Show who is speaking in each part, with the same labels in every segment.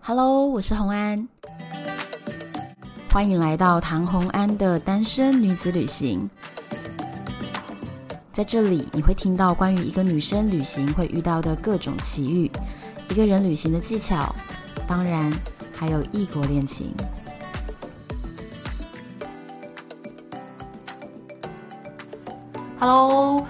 Speaker 1: Hello，我是红安，欢迎来到唐红安的单身女子旅行。在这里，你会听到关于一个女生旅行会遇到的各种奇遇，一个人旅行的技巧，当然还有异国恋情。
Speaker 2: Hello，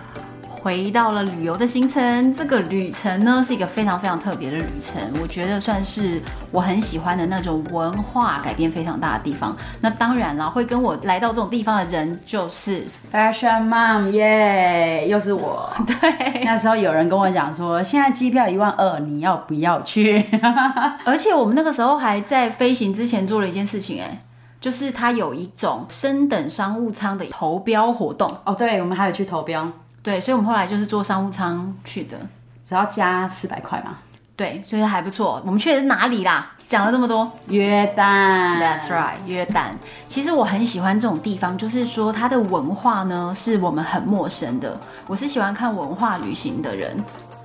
Speaker 2: 回到了旅游的行程。这个旅程呢是一个非常非常特别的旅程，我觉得算是我很喜欢的那种文化改变非常大的地方。那当然啦，会跟我来到这种地方的人就是
Speaker 3: Fashion Mom，耶、又是我。
Speaker 2: 对，
Speaker 3: 那时候有人跟我讲说，现在机票一万二，你要不要去？
Speaker 2: 而且我们那个时候还在飞行之前做了一件事情、哎，就是它有一种升等商务舱的投标活动。
Speaker 3: 哦，对，我们还有去投标，
Speaker 2: 对，所以我们后来就是坐商务舱去的。
Speaker 3: 只要加四百块嘛。
Speaker 2: 对，所以还不错。我们去的是哪里啦？讲了这么多，
Speaker 3: 约旦
Speaker 2: That's right，约旦。其实我很喜欢这种地方，就是说它的文化呢是我们很陌生的。我是喜欢看文化旅行的人，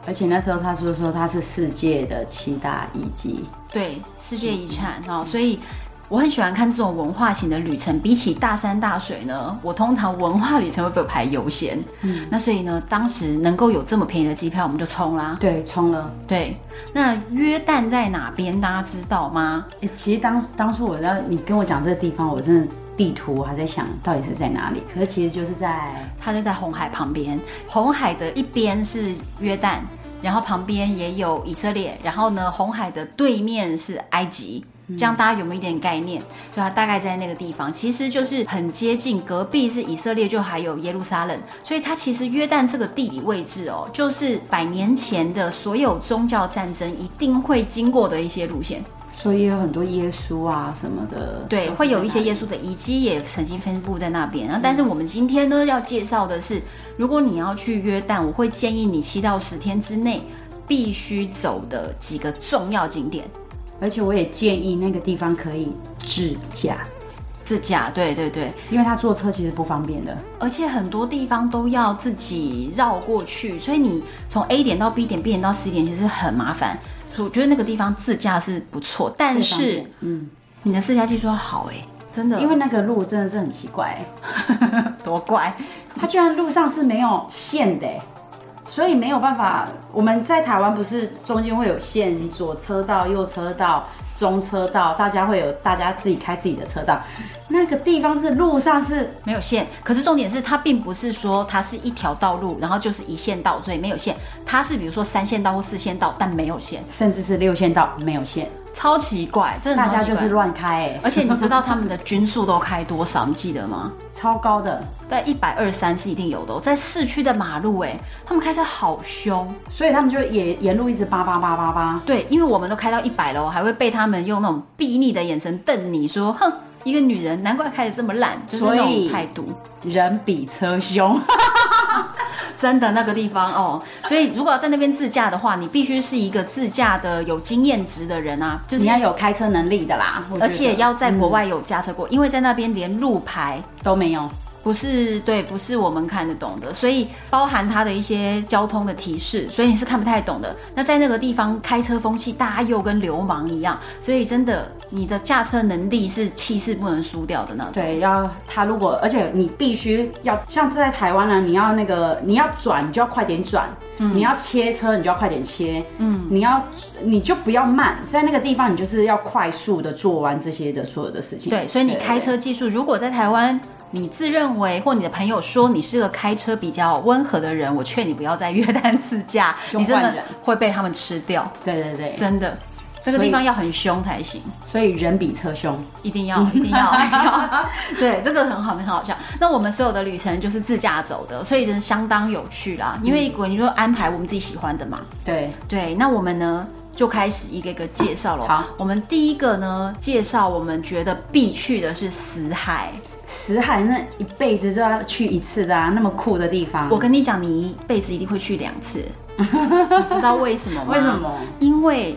Speaker 3: 而且那时候他说说他是世界的七大遗迹，
Speaker 2: 对世界遗产哦，所以我很喜欢看这种文化型的旅程。比起大山大水呢，我通常文化旅程会被我排优先。嗯，那所以呢，当时能够有这么便宜的机票，我们就冲啦。
Speaker 3: 对，冲了。
Speaker 2: 对，那约旦在哪边？大家知道吗？
Speaker 3: 诶其实当当初我知道你跟我讲这个地方，我真的地图还在想到底是在哪里，可是其实就是在
Speaker 2: 它就在红海旁边，红海的一边是约旦，然后旁边也有以色列，然后呢，红海的对面是埃及。这样大家有没有一点概念？就它大概在那个地方，其实就是很接近，隔壁是以色列，就还有耶路撒冷，所以它其实约旦这个地理位置哦，就是百年前的所有宗教战争一定会经过的一些路线。
Speaker 3: 所以也有很多耶稣啊什么的，
Speaker 2: 对，会有一些耶稣的遗迹也曾经分布在那边。然后，
Speaker 3: 嗯
Speaker 2: 但是我们今天呢要介绍的是，如果你要去约旦，我会建议你七到十天之内必须走的几个重要景点。
Speaker 3: 而且我也建议那个地方可以自驾，
Speaker 2: 自驾，对对对，
Speaker 3: 因为他坐车其实不方便的。
Speaker 2: 而且很多地方都要自己绕过去，所以你从 A 点到 B 点，B 点到 C 点其实很麻烦。所以我觉得那个地方自驾是不错，但
Speaker 3: 最方
Speaker 2: 是
Speaker 3: 便嗯，
Speaker 2: 你的自驾技术要好哎、真的，
Speaker 3: 因为那个路真的是很奇怪，
Speaker 2: 多怪，
Speaker 3: 它居然路上是没有线的，欸所以没有办法。我们在台湾不是中间会有线，你左车道、右车道、中车道，大家会有大家自己开自己的车道。那个地方是路上是
Speaker 2: 没有线，可是重点是它并不是说它是一条道路，然后就是一线道，所以没有线。它是比如说三线道或四线道，但没有线，
Speaker 3: 甚至是六线道没有线，
Speaker 2: 超奇怪，真的
Speaker 3: 大
Speaker 2: 超
Speaker 3: 家
Speaker 2: 奇怪
Speaker 3: 就是。乱开，哎，
Speaker 2: 而且你知道他们的均速都开多少？你记得吗？
Speaker 3: 超高的，
Speaker 2: 在一百二三是一定有的、哦，在市区的马路，哎，他们开车好凶。
Speaker 3: 所以他们就也沿路一直叭叭叭叭叭。
Speaker 2: 对，因为我们都开到一百了哦，还会被他们用那种睥睨的眼神瞪你说，哼，一个女人难怪开得这么烂，就是那
Speaker 3: 所
Speaker 2: 种
Speaker 3: 以
Speaker 2: 态度。
Speaker 3: 人比车凶，
Speaker 2: 真的那个地方哦，所以如果要在那边自驾的话，你必须是一个自驾的有经验值的人啊，就是
Speaker 3: 你要有开车能力的啦，我觉得嗯
Speaker 2: 而且要在国外有驾车过，因为在那边连路牌
Speaker 3: 都没有。
Speaker 2: 不是对，不是我们看得懂的，所以包含它的一些交通的提示，所以你是看不太懂的。那在那个地方开车风气，大家又跟流氓一样，所以真的你的驾车能力是气势不能输掉的那种。
Speaker 3: 对，要他如果，而且你必须要像在台湾呢、你要那个你要转，你就要快点转；
Speaker 2: 嗯
Speaker 3: 你要切车，你就要快点切。嗯，你要你就不要慢，在那个地方你就是要快速的做完这些的所有的事情。
Speaker 2: 对，所以你
Speaker 3: 对对
Speaker 2: 开车技术，如果在台湾，你自认为或你的朋友说你是个开车比较温和的人，我劝你不要在 约旦自驾，
Speaker 3: 就
Speaker 2: 你真
Speaker 3: 换
Speaker 2: 的
Speaker 3: 人
Speaker 2: 会被他们吃掉，
Speaker 3: 对对对，对
Speaker 2: 真的。那个
Speaker 3: 所以
Speaker 2: 地方要很凶才行，
Speaker 3: 所以人比车凶。
Speaker 2: 一定要，一定 要，一定要。对，这个很好，很好笑。那我们所有的旅程就是自驾走的，所以真的相当有趣啦。因
Speaker 3: 嗯
Speaker 2: 为果你就安排我们自己喜欢的嘛，
Speaker 3: 对，
Speaker 2: 对，那我们呢就开始一个一个介绍喽。
Speaker 3: 好，
Speaker 2: 我们第一个呢介绍我们觉得必去的是死海。
Speaker 3: 死海那一辈子就要去一次的啊，那么酷的地方。
Speaker 2: 我跟你讲，你 一辈子一定会去两次，你知道为什么吗？
Speaker 3: 为什？么？
Speaker 2: 因为。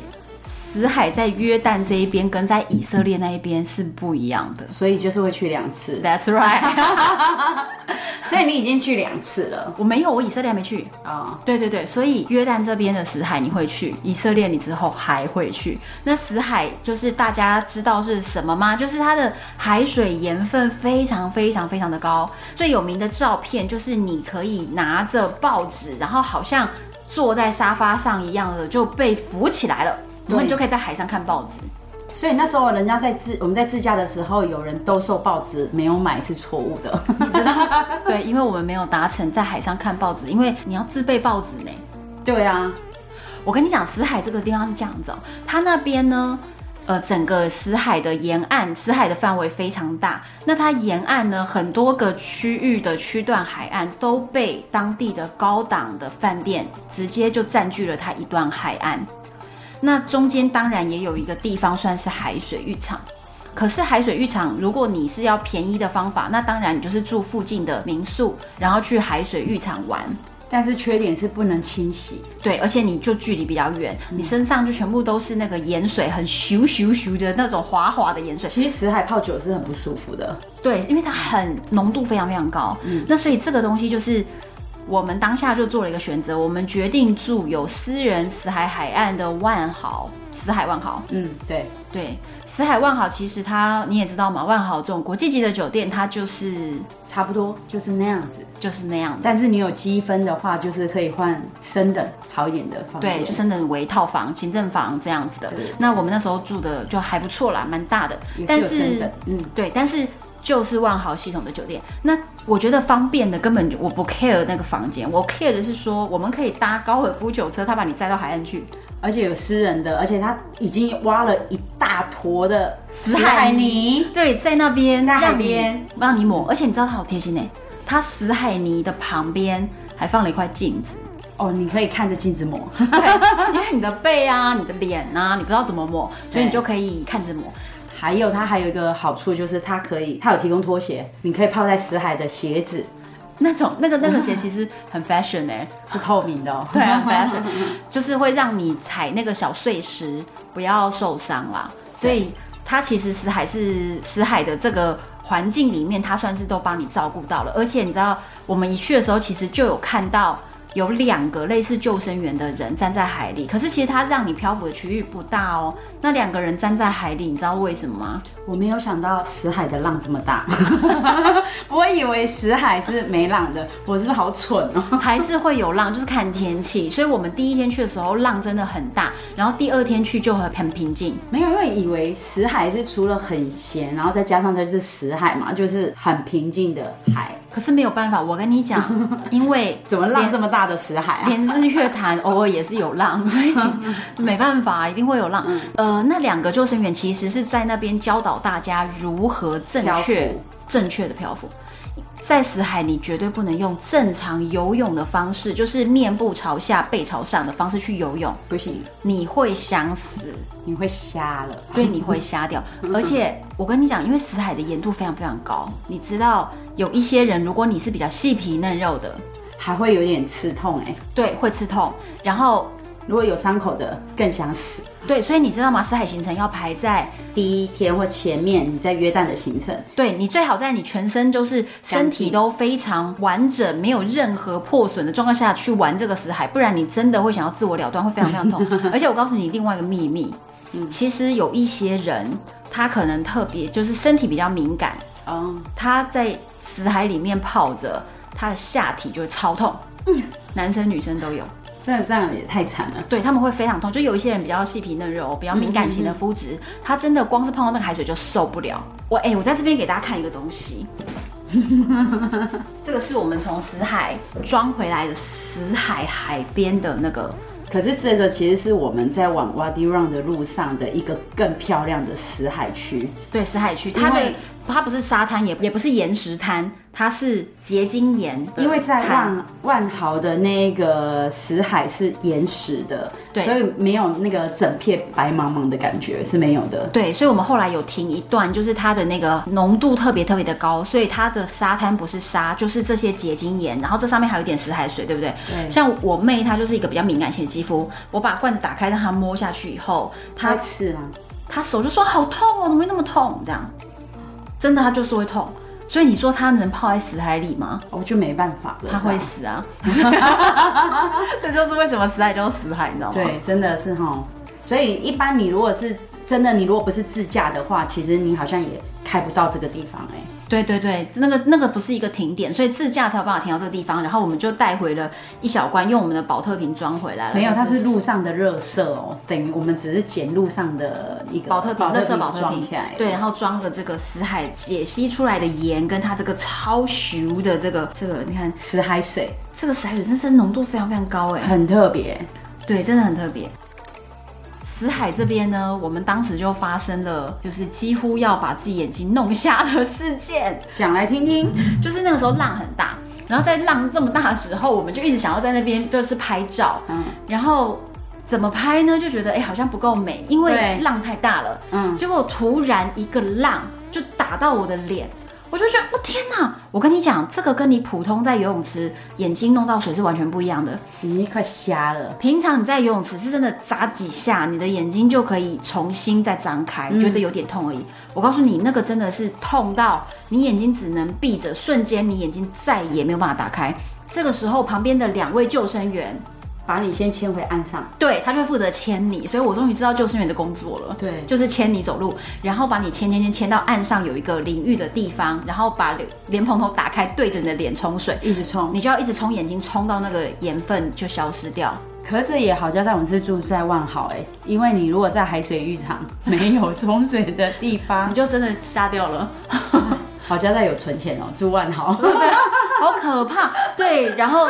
Speaker 2: 死海在约旦这一边跟在以色列那一边是不一样的。
Speaker 3: 所以就是会去两次，
Speaker 2: That's right，
Speaker 3: 所以你已经去两次了
Speaker 2: 我没有，我以色列还没去。
Speaker 3: 啊、
Speaker 2: 对对对，所以约旦这边的死海你会去，以色列你之后还会去。那死海就是大家知道是什么吗？就是它的海水盐分非常非常非常的高。最有名的照片就是你可以拿着报纸，然后好像坐在沙发上一样的就被浮起来了，然后你就可以在海上看报纸。
Speaker 3: 所以那时候人家在自我们在自驾的时候，有人兜售报纸没有买是错误的，
Speaker 2: 你知道？对，因为我们没有达成在海上看报纸，因为你要自备报纸呢。
Speaker 3: 对啊，
Speaker 2: 我跟你讲，死海这个地方是这样子哦、它那边呢，呃，整个死海的沿岸，死海的范围非常大。那它沿岸呢，很多个区域的区段海岸都被当地的高档的饭店直接就占据了它一段海岸。那中间当然也有一个地方算是海水浴场。可是海水浴场，如果你是要便宜的方法，那当然你就是住附近的民宿，然后去海水浴场玩。
Speaker 3: 但是缺点是不能清洗，
Speaker 2: 对，而且你就距离比较远，
Speaker 3: 嗯
Speaker 2: 你身上就全部都是那个盐水，很咻咻咻的那种滑滑的盐水。
Speaker 3: 其实死海泡酒是很不舒服的。
Speaker 2: 对，因为它很浓度非常非常高。
Speaker 3: 嗯
Speaker 2: 那所以这个东西就是我们当下就做了一个选择，我们决定住有私人死海海岸的万豪，死海万豪。
Speaker 3: 嗯，对，
Speaker 2: 对，死海万豪其实它你也知道嘛，万豪这种国际级的酒店，它就是
Speaker 3: 差不多就是那样子。
Speaker 2: 就是那样的。
Speaker 3: 但是你有积分的话，就是可以换升等好一点的房间。
Speaker 2: 对，就升等为套房、行政房这样子的
Speaker 3: 对。
Speaker 2: 那我们那时候住的就还不错啦，蛮大的
Speaker 3: 也，
Speaker 2: 但
Speaker 3: 是有升
Speaker 2: 是
Speaker 3: 等。嗯，
Speaker 2: 对，但是就是万豪系统的酒店，那我觉得方便的根本就我不 care 那个房间，我 care 的是说我们可以搭高尔夫球车，他把你载到海岸去，
Speaker 3: 而且有私人的，而且他已经挖了一大坨的死
Speaker 2: 海
Speaker 3: 海泥，
Speaker 2: 对，在那边
Speaker 3: 在海
Speaker 2: 让你
Speaker 3: 边
Speaker 2: 让你抹，而且你知道他好贴心呢、欸他死海泥的旁边还放了一块镜子，
Speaker 3: 哦，你可以看着镜子抹。
Speaker 2: 对，因为你的背啊、你的脸啊，你不知道怎么抹，所以你
Speaker 3: 对
Speaker 2: 就可以看着抹。
Speaker 3: 还有它还有一个好处就是它可以，它有提供拖鞋，你可以泡在死海的鞋子
Speaker 2: 那种那个那个鞋其实很 fashion 哎、
Speaker 3: 是透明的哦。
Speaker 2: 对啊很 fashion，就是会让你踩那个小碎石不要受伤啦。所以它其实死海是死海的这个环境里面，它算是都帮你照顾到了。而且你知道，我们一去的时候，其实就有看到有两个类似救生员的人站在海里，可是其实它让你漂浮的区域不大哦。那两个人站在海里，你知道为什么吗？
Speaker 3: 我没有想到死海的浪这么大， 我以为死海是没浪的，我是不是好蠢 哦？
Speaker 2: 还是会有浪，就是看天气。所以我们第一天去的时候浪真的很大，然后第二天去就很很平静。
Speaker 3: 没有，因为以为死海是除了很咸，然后再加上它就是死海嘛，就是很平静的海，
Speaker 2: 可是没有办法，我跟你 讲，因为
Speaker 3: 怎么浪这么大的死海啊？
Speaker 2: 连日月潭 偶尔也是有浪，所以没办法，一定会有浪。
Speaker 3: 嗯
Speaker 2: 呃，那两个救生员其实是在那边教导大家如何正
Speaker 3: 漂
Speaker 2: 确
Speaker 3: 浮
Speaker 2: 正确的漂浮。在死海，你绝对不能用正常游泳的方式，就是面部朝下、背朝上的方式去游泳，
Speaker 3: 不行，
Speaker 2: 你会想死。
Speaker 3: 你会瞎了。
Speaker 2: 对，你会瞎 掉。而且我跟你讲，因为死海的盐度非常非常高，你知道有一些人，如果你是比较细皮嫩肉的，
Speaker 3: 还会有点刺痛哎、
Speaker 2: 对，会刺痛。然后
Speaker 3: 如果有伤口的更想死。
Speaker 2: 对，所以你知道吗？死海行程要排在
Speaker 3: 第一天或前面你在约旦的行程，
Speaker 2: 对你最好在你全身就是身
Speaker 3: 干
Speaker 2: 体
Speaker 3: 净
Speaker 2: 都非常完整，没有任何破损的状况下去玩这个死海，不然你真的会想要自我了断，会非常非常痛。而且我告诉你另外一个秘密，其实有一些人他可能特别就是身体比较敏感，
Speaker 3: 哦，
Speaker 2: 他在死海里面泡着，他的下体就会超痛。男生女生都有，
Speaker 3: 真的这样也太惨了。
Speaker 2: 对他们会非常痛。就有一些人比较细皮嫩肉，比较敏感
Speaker 3: 嗯
Speaker 2: 型的肤质，他真的光是碰到那个海水就受不了。我哎、我在这边给大家看一个东西， 这个是我们从死海装回来的死海海边的那个
Speaker 3: 可是这个其实是我们在往 Wadi Rum 的路上的一个更漂亮的死海区，
Speaker 2: 对死海区，它的
Speaker 3: 因为
Speaker 2: 它不是沙滩，也也不是岩石滩，它是结晶岩的滩，
Speaker 3: 因为在万万豪的那个死海是岩石的，
Speaker 2: 对
Speaker 3: 所以没有那个整片白茫茫的感觉是没有的。
Speaker 2: 对，所以我们后来有停一段，就是它的那个浓度特别特别的高，所以它的沙滩不是沙，就是这些结晶岩，然后这上面还有一点死海水，对不对？
Speaker 3: 对
Speaker 2: 像我妹她就是一个比较敏感性的肌肤，我把罐子打开让他摸下去以后，他
Speaker 3: 它刺吗？
Speaker 2: 他手就说好痛哦，怎么会那么痛？这样，真的他就是会痛。所以你说他能泡在死海里吗？
Speaker 3: 我哦就没办法了。
Speaker 2: 他会
Speaker 3: 这样
Speaker 2: 死啊！ 这就是为什么死海叫死海，你知道吗？
Speaker 3: 对，真的是哈。所以一般你如果是真的，你如果不是自驾的话，其实你好像也开不到这个地方哎、
Speaker 2: 对对对，那个那个不是一个停点，所以自驾才有办法停到这个地方。然后我们就带回了一小罐，用我们的保特瓶装回来了。
Speaker 3: 没有，它是路上的热色哦，等于我们只是捡路上的一个
Speaker 2: 保特瓶，
Speaker 3: 保特
Speaker 2: 乐色
Speaker 3: 瓶
Speaker 2: 保特
Speaker 3: 装
Speaker 2: 瓶
Speaker 3: 起来。，
Speaker 2: 对，然后装了这个死海解析出来的盐，跟它这个超熟的这个这个，你看
Speaker 3: 死海水
Speaker 2: 这个死海水真是浓度非常非常高哎，
Speaker 3: 很特别，
Speaker 2: 对，真的很特别。死海这边呢，我们当时就发生了，就是几乎要把自己眼睛弄瞎的事件。
Speaker 3: 讲来听听。
Speaker 2: 就是那个时候浪很大，然后在浪这么大的时候，我们就一直想要在那边就是拍照，
Speaker 3: 嗯
Speaker 2: 然后怎么拍呢？就觉得哎、好像不够美，因为
Speaker 3: 对
Speaker 2: 浪太大了。
Speaker 3: 嗯，
Speaker 2: 结果突然一个浪就打到我的脸，我就觉得我、天哪！我跟你讲，这个跟你普通在游泳池眼睛弄到水是完全不一样的。
Speaker 3: 你快瞎了。
Speaker 2: 平常你在游泳池是真的眨几下，你的眼睛就可以重新再张开，觉得有点痛而已。我告诉你，那个真的是痛到你眼睛只能闭着，瞬间你眼睛再也没有办法打开。这个时候，旁边的两位救生员，
Speaker 3: 把你先牵回岸上。
Speaker 2: 对他就会负责牵你，所以我终于知道救生员的工作了。
Speaker 3: 对
Speaker 2: 就是牵你走路，然后把你牵牵牵牵到岸上有一个淋浴的地方，然后把脸莲蓬头打开，对着你的脸冲水，
Speaker 3: 一直冲。
Speaker 2: 你就要一直冲眼睛，冲到那个盐分就消失掉。
Speaker 3: 可是这也好，加上我们是住在万豪哎、因为你如果在海水浴场没有冲水的地
Speaker 2: 你
Speaker 3: 方，
Speaker 2: 就真的瞎掉了，
Speaker 3: 好加在有存钱哦、住万 豪。
Speaker 2: 好可怕。对，然后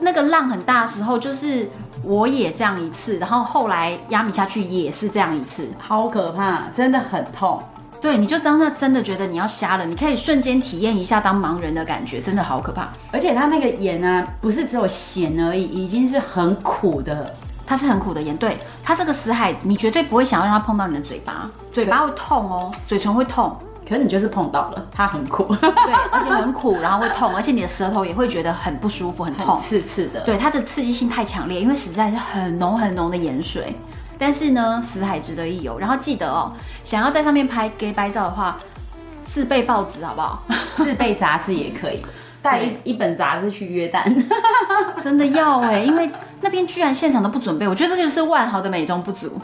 Speaker 2: 那个浪很大的时候，就是我也这样一次，然后后来压米下去也是这样一次。
Speaker 3: 好可怕，真的很痛。
Speaker 2: 对，你就当下真的觉得你要瞎了，你可以瞬间体验一下当盲人的感觉，真的好可怕。
Speaker 3: 而且它那个盐呢、不是只有咸而已，已经是很苦的。
Speaker 2: 它是很苦的盐，对它这个死海，你绝对不会想要让它碰到你的嘴巴，嘴巴会痛哦，嘴唇会痛，
Speaker 3: 可是你就是碰到了，它很苦，
Speaker 2: 对，而且很苦， 然后会痛，而且你的舌头也会觉得很不舒服，很痛，
Speaker 3: 刺刺的。
Speaker 2: 对，它的刺激性太强烈，因为实在是很浓很浓的盐水。但是呢，死海值得一游。然后记得哦，想要在上面拍 gay 拍照的话，自备报纸好不好？
Speaker 3: 自备杂志也可以，带一一本杂志去约旦。
Speaker 2: 真的要哎、因为那边居然现场都不准备，我觉得这就是万豪的美中不足。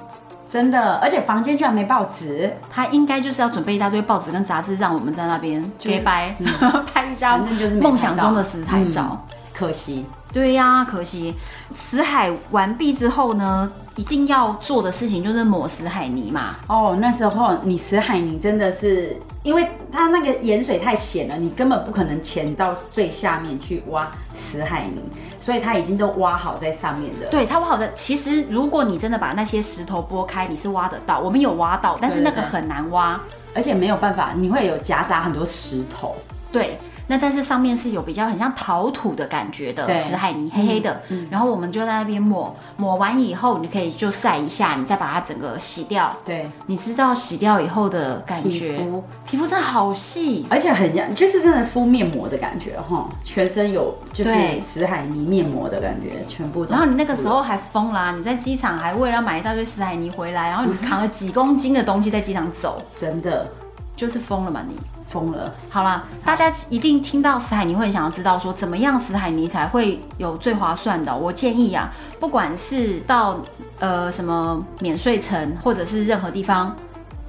Speaker 3: 真的，而且房间居然没报纸，
Speaker 2: 他应该就是要准备一大堆报纸跟杂志，让我们在那边 gay 拍、 拍一下
Speaker 3: 嗯反正就是没
Speaker 2: 梦
Speaker 3: 拍
Speaker 2: 想
Speaker 3: 到
Speaker 2: 中的死海照。
Speaker 3: 可惜
Speaker 2: 对呀、可惜死海完毕之后呢，一定要做的事情就是抹死海泥嘛。
Speaker 3: 哦。那时候你死海你真的是，因为它那个盐水太咸了，你根本不可能潜到最下面去挖死海泥，所以它已经都挖好在上面的。
Speaker 2: 对，它挖好的。其实如果你真的把那些石头拨开，你是挖得到。我们有挖到，但是那个
Speaker 3: 对对对
Speaker 2: 很难挖。
Speaker 3: 而且没有办法，你会有夹杂很多石头，
Speaker 2: 对，那但是上面是有比较很像陶土的感觉的
Speaker 3: 对嗯
Speaker 2: 死海泥，黑黑的。然后我们就在那边抹，抹完以后你可以就晒一下，你再把它整个洗掉。
Speaker 3: 对，
Speaker 2: 你知道洗掉以后的感觉，
Speaker 3: 皮肤
Speaker 2: 皮肤真的好细。
Speaker 3: 而且很像，就是真的敷面膜的感觉哈，全身有就是
Speaker 2: 对
Speaker 3: 死海泥面膜的感觉，全部都。
Speaker 2: 然后你那个时候还疯啦、你在机场还为了买一大堆死海泥回来，然后你扛了几公斤的东西在机场走，
Speaker 3: 真的
Speaker 2: 就是疯了嘛你。
Speaker 3: 疯了，
Speaker 2: 好啦，大家一定听到死海泥会想要知道说怎么样死海泥才会有最划算的哦、我建议啊，不管是到呃什么免税城或者是任何地方，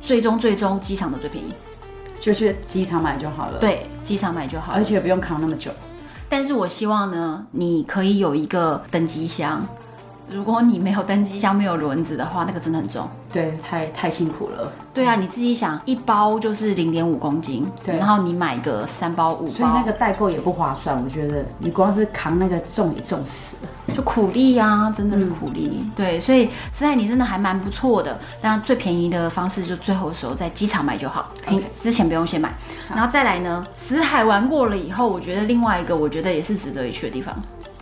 Speaker 2: 最终最终机场的最便宜，
Speaker 3: 就去机场买就好了。，
Speaker 2: 对，机场买就好了
Speaker 3: 而且不用扛那么久。
Speaker 2: 但是我希望呢，你可以有一个登机箱。如果你没有登机箱、没有轮子的话，那个真的很重。
Speaker 3: 对，太太辛苦了。
Speaker 2: 对啊，你自己想，一包就是零点五公斤，
Speaker 3: 嗯对
Speaker 2: 然后你买个三包、五
Speaker 3: 所以那
Speaker 2: 包，
Speaker 3: 个代购也不划算，我觉得你光是扛那个重也重死了。
Speaker 2: 就苦力啊，真的是苦力。对，所以实在你真的还蛮不错的。那最便宜的方式就最后的时候在机场买就好，你之前不用先买。然后再来呢，死海玩过了以后，我觉得另外一个我觉得也是值得一去的地方。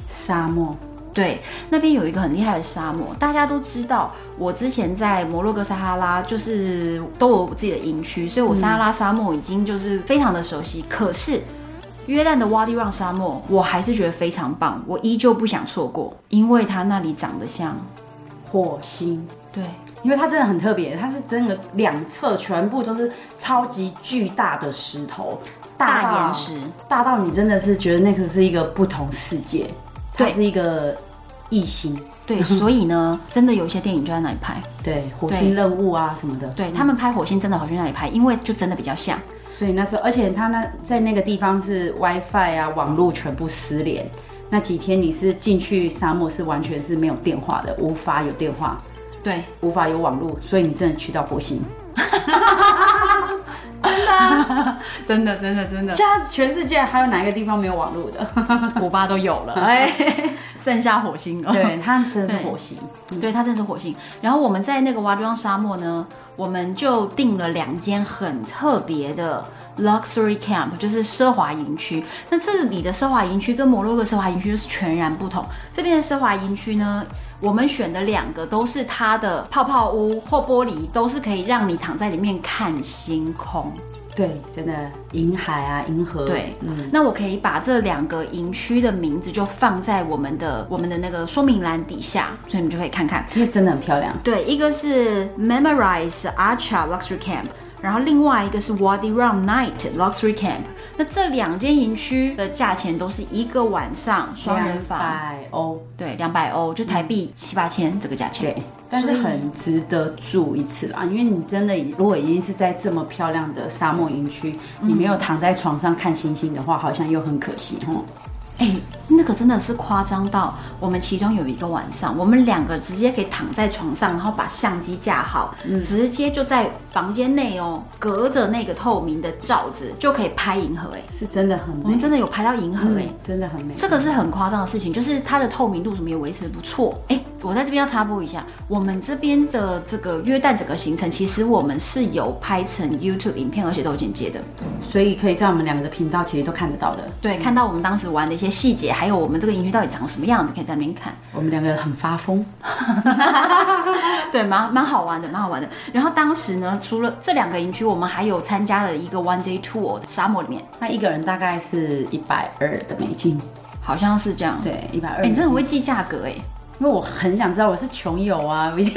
Speaker 3: 沙漠，
Speaker 2: 对，那边有一个很厉害的沙漠，大家都知道。我之前在摩洛哥撒哈拉，就是都有我自己的营区，所以我撒哈拉沙漠已经就是非常的熟悉。可是约旦的瓦地让沙漠，我还是觉得非常棒，我依旧不想错过，因为它那里长得像，
Speaker 3: 火星，
Speaker 2: 对，
Speaker 3: 因为它真的很特别，它是真的两侧全部都是超级巨大的石头，到
Speaker 2: 大岩石，
Speaker 3: 大到你真的是觉得那个是一个不同世界，它
Speaker 2: 对
Speaker 3: 是一个异星，
Speaker 2: 对，所以呢，真的有一些电影就在那里拍，
Speaker 3: 对，火星任务啊什么的，
Speaker 2: 对他们拍火星真的好去那里拍，因为就真的比较像，
Speaker 3: 所以那时候，而且他那在那个地方是 WiFi 啊，网络全部失联。那几天你是进去沙漠是完全是没有电话的，无法有电话，
Speaker 2: 对，
Speaker 3: 无法有网络，所以你真的去到火星。
Speaker 2: 真的真的真的，
Speaker 3: 现在全世界还有哪一个地方没有网络的？
Speaker 2: 古巴都有了，哎， 剩下火星了，
Speaker 3: 对，它真的是火星。嗯
Speaker 2: 对，它真的是火星。然后我们在那个瓦迪让沙漠呢，我们就订了两间很特别的 luxury camp，就是奢华营区。那这里的奢华营区跟摩洛哥奢华营区就是全然不同。这边的奢华营区呢，我们选的两个都是它的泡泡屋或玻璃，都是可以让你躺在里面看星空。
Speaker 3: 对，真的银海啊，银河。
Speaker 2: 对，那我可以把这两个营区的名字就放在我们的我们的那个说明栏底下，所以你们就可以看看。
Speaker 3: 因为真的很漂亮。
Speaker 2: 对，一个是 Memorize Archa Luxury Camp，然后另外一个是 Wadi Rum Night Luxury Camp。那这两间营区的价钱都是一个晚上双人房，
Speaker 3: 百欧，
Speaker 2: 对，两百欧，就台币七八千这个价钱。
Speaker 3: 对，但是
Speaker 2: 所以
Speaker 3: 很值得住一次啦，因为你真的已如果已经是在这么漂亮的沙漠营区，你没有躺在床上看星星的话，好像又很可惜哦。
Speaker 2: 哎、那个真的是夸张到，我们其中有一个晚上，我们两个直接可以躺在床上，然后把相机架好，
Speaker 3: 嗯
Speaker 2: 直接就在房间内哦，隔着那个透明的罩子就可以拍银河、哎，
Speaker 3: 是哦真的很美，
Speaker 2: 我们真的有拍到银河、哎、
Speaker 3: 嗯真的很美。
Speaker 2: 这个是很夸张的事情，就是它的透明度什么也维持得不错。哎，我在这边要插播一下，我们这边的这个约旦整个行程，其实我们是有拍成 YouTube 影片，而且都有剪接的。
Speaker 3: 所以可以在我们两个的频道其实都看得到的，
Speaker 2: 对，看到我们当时玩的一些细节，还有我们这个营区到底长什么样子，可以在那边看。
Speaker 3: 我们两个很发疯。
Speaker 2: 对，蛮蛮好玩的，蛮好玩的。然后当时呢，除了这两个营区，我们还有参加了一个 one day tour，在沙漠里面，
Speaker 3: 那一个人大概是一百二的美金，
Speaker 2: 好像是这样。，
Speaker 3: 对，一百二。
Speaker 2: 哎，你真的很会记价格哎。
Speaker 3: 因为我很想知道我是穷游啊， 不一定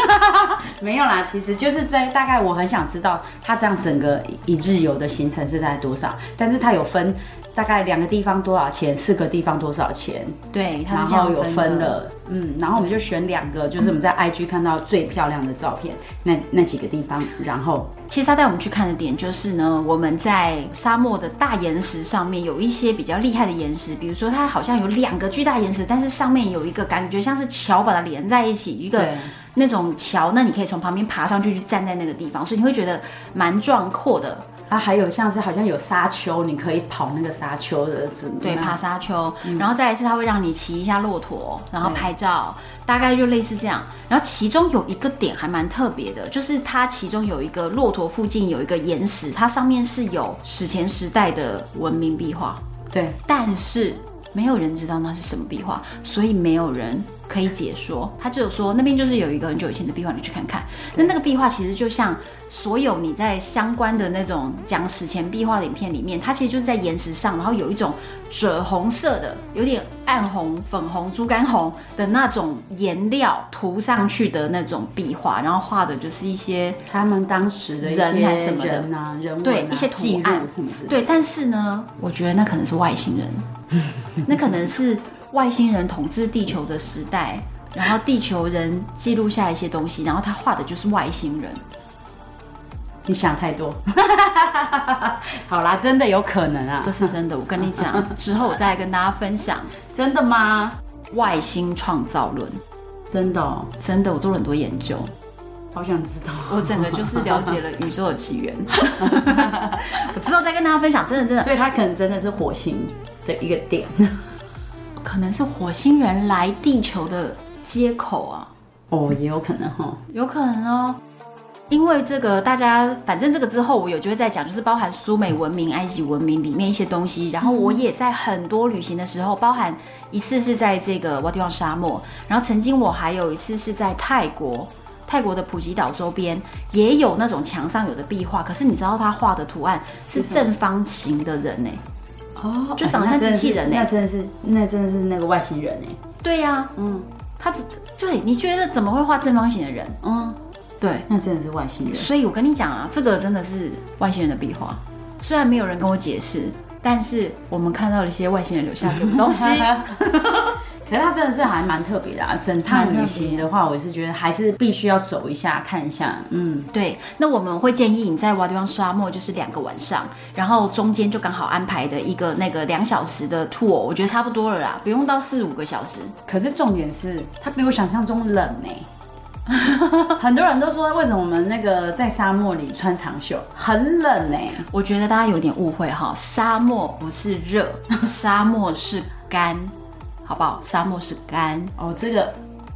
Speaker 3: 没有啦，其实就是在大概我很想知道它这样整个一日游的行程是在多少，但是它有分大概两个地方多少钱，四个地方多少钱，
Speaker 2: 对，它
Speaker 3: 然
Speaker 2: 是这样
Speaker 3: 后有
Speaker 2: 的。
Speaker 3: 分的，嗯，然后我们就选两个，就是我们在 IG 看到最漂亮的照片，那那几个地方，然后
Speaker 2: 其实他带我们去看的点就是呢，我们在沙漠的大岩石上面有一些比较厉害的岩石，比如说它好像有两个巨大岩石，但是上面有一个感觉像是桥把它连在一起，一个
Speaker 3: 对
Speaker 2: 那种桥，那你可以从旁边爬上去去站在那个地方，所以你会觉得蛮壮阔的。
Speaker 3: 啊还有像是好像有沙丘，你可以跑那个沙丘的，
Speaker 2: 对，爬沙丘，然后再来是它会让你骑一下骆驼，然后拍照，大概就类似这样。然后其中有一个点还蛮特别的，就是它其中有一个骆驼附近有一个岩石，它上面是有史前时代的文明壁画，
Speaker 3: 对，
Speaker 2: 但是没有人知道那是什么壁画，所以没有人可以解说。他只有说那边就是有一个很久以前的壁画，你去看看。那那个壁画其实就像所有你在相关的那种讲史前壁画的影片里面，它其实就是在岩石上，然后有一种赭红色的，有点暗红、粉红、猪肝红的那种颜料涂上去的那种壁画，然后画的就是一些
Speaker 3: 他们当时的一些
Speaker 2: 人还是什么的
Speaker 3: 人啊，人文啊
Speaker 2: 对一些图
Speaker 3: 记录
Speaker 2: 案
Speaker 3: 什么之类的。
Speaker 2: 对，但是呢，我觉得那可能是外星 人，那可能是外星人统治地球的时代，然后地球人记录下一些东西，然后他画的就是外星人。
Speaker 3: 你想太多。 好啦，真的有可能啊
Speaker 2: 这！是真的，我跟你讲， 之后我再来跟大家分享
Speaker 3: 真的吗？
Speaker 2: 外星创造论。
Speaker 3: 真的、哦，
Speaker 2: 真的，我做了很多研究，
Speaker 3: 好想知道。
Speaker 2: 我整个就是了解了宇宙的起 源。我之后再跟大家分享，真的真的，
Speaker 3: 所以它可能真的是火星的一个点。
Speaker 2: 可能是火星人来地球的接口啊。
Speaker 3: 哦，也有可能哈。
Speaker 2: 有可能哦。因为这个，大家反正这个之后我有机会再讲，就是包含苏美文明、埃及文明里面一些东西。然后我也在很多旅行的时候，包含一次是在这个瓦地望沙漠，然后曾经我还有一次是在泰国，泰国的普吉岛周边也有那种墙上有的壁画，可是你知道他画的图案是正方形的人呢、欸
Speaker 3: 哦，
Speaker 2: 就长得像机器人欸
Speaker 3: 那真的是，那真的是那个外星人哎、
Speaker 2: 对呀、
Speaker 3: 嗯
Speaker 2: 他只对你觉得怎么会画正方形的人？
Speaker 3: 嗯，
Speaker 2: 对，
Speaker 3: 那真的是外星人。
Speaker 2: 所以我跟你讲啊，这个真的是外星人的壁画，虽然没有人跟我解释，但是我们看到了一些外星人留下的 东西。
Speaker 3: 可是它真的是还蛮特别的啊！整趟
Speaker 2: 蛮特
Speaker 3: 旅
Speaker 2: 别
Speaker 3: 行的话，我也是觉得还是必须要走一下看一下，嗯，
Speaker 2: 对，那我们会建议你在瓦迪旺沙漠就是两个晚上，然后中间就刚好安排的一个那个两小时的 tour，我觉得差不多了啦，不用到四五个小时。
Speaker 3: 可是重点是，它比我想象中冷哎、 很多人都说，为什么我们那个在沙漠里穿长袖很冷哎、
Speaker 2: 我觉得大家有点误会哈，沙漠不是热，沙漠是干，好不好？沙漠是干，
Speaker 3: 哦，这个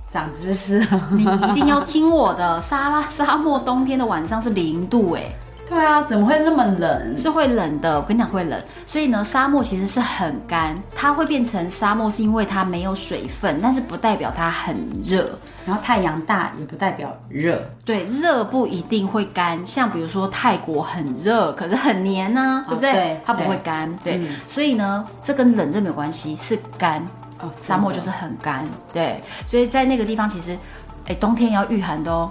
Speaker 3: 长 知识了。
Speaker 2: 你一定要听我的。沙拉沙漠冬天的晚上是零度哎、
Speaker 3: 对啊，怎么会那么冷？
Speaker 2: 是会冷的，我跟你讲会冷。所以呢，沙漠其实是很干，它会变成沙漠是因为它没有水分，但是不代表它很热。
Speaker 3: 然后太阳大也不代表热，
Speaker 2: 对，热不一定会干，像比如说泰国很热，可是很黏呐、对不对？
Speaker 3: 对
Speaker 2: 它不会干，对。所以呢，这跟冷热没有关系，是干。
Speaker 3: 哦
Speaker 2: 沙漠就是很干，对。所以在那个地方，其实，哎，冬天也要御寒的哦。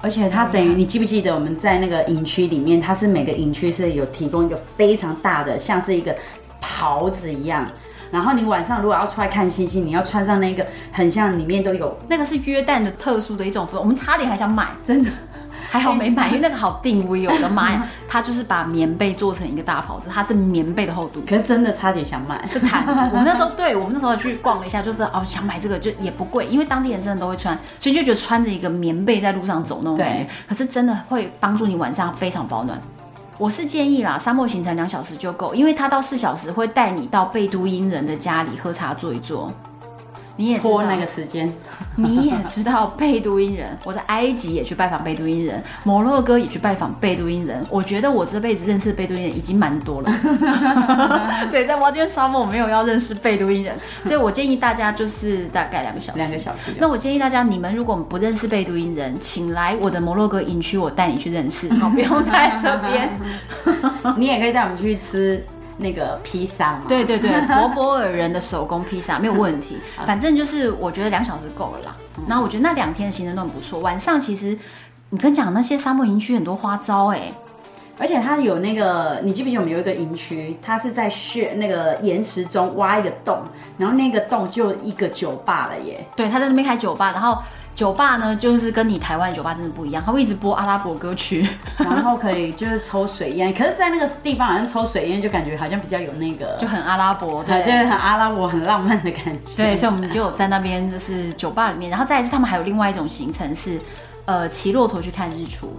Speaker 3: 而且它等于你记不记得我们在那个营区里面，它是每个营区是有提供一个非常大的，像是一个袍子一样。然后你晚上如果要出来看星星，你要穿上那个很像里面都有
Speaker 2: 那个是约旦的特殊的一种风，我们差点还想买，
Speaker 3: 真的
Speaker 2: 还好没买，因为那个好定位哦，我的妈
Speaker 3: 嗯
Speaker 2: 呀！它就是把棉被做成一个大袍子，它是棉被的厚度。
Speaker 3: 可是真的差点想买，
Speaker 2: 是毯子。我们那时候对，我们那时候去逛了一下，就是哦想买这个就也不贵，因为当地人真的都会穿，所以就觉得穿着一个棉被在路上走那种感觉
Speaker 3: 对。
Speaker 2: 可是真的会帮助你晚上非常保暖。我是建议啦，沙漠行程两小时就够，因为它到四小时会带你到贝都因人的家里喝茶坐一坐。你也知道
Speaker 3: 拖那个时间。
Speaker 2: 你也知道贝都因人， 我在埃及也去拜访贝都因人，摩洛哥也去拜访贝都因人。我觉得我这辈子认识贝都因人已经蛮多了， 所以在挖掘沙漠我没有要认识贝都因人，所以我建议大家就是大概两个小时，
Speaker 3: 两个小时
Speaker 2: 那我建议大家，你们如果不认识贝都因人，请来我的摩洛哥营区，我带你去认识， 好，不用在这边。
Speaker 3: 你也可以带我们去吃那个披萨嘛。
Speaker 2: 对对对， 博博尔人的手工披萨没有问题，反正就是我觉得两小时够了啦。
Speaker 3: 嗯
Speaker 2: 然后我觉得那两天的行程都很不错，晚上其实你跟你讲那些沙漠营区很多花招哎、
Speaker 3: 而且它有那个，你记不记得我们有一个营区，它是在雪那个岩石中挖一个洞，然后那个洞就一个酒吧了 耶。
Speaker 2: 对，他在那边开酒吧，然后酒吧呢就是跟你台湾的酒吧真的不一样，他会一直播阿拉伯歌 曲。
Speaker 3: 然后可以就是抽水烟，可是，在那个地方好像抽水烟就感觉好像比较有那个，
Speaker 2: 就很阿拉伯，对
Speaker 3: 对，就是很阿拉伯、很浪漫的感觉。
Speaker 2: 对，所以我们就有在那边就是酒吧里面，然后再来是他们还有另外一种行程是，呃，骑骆驼去看日出，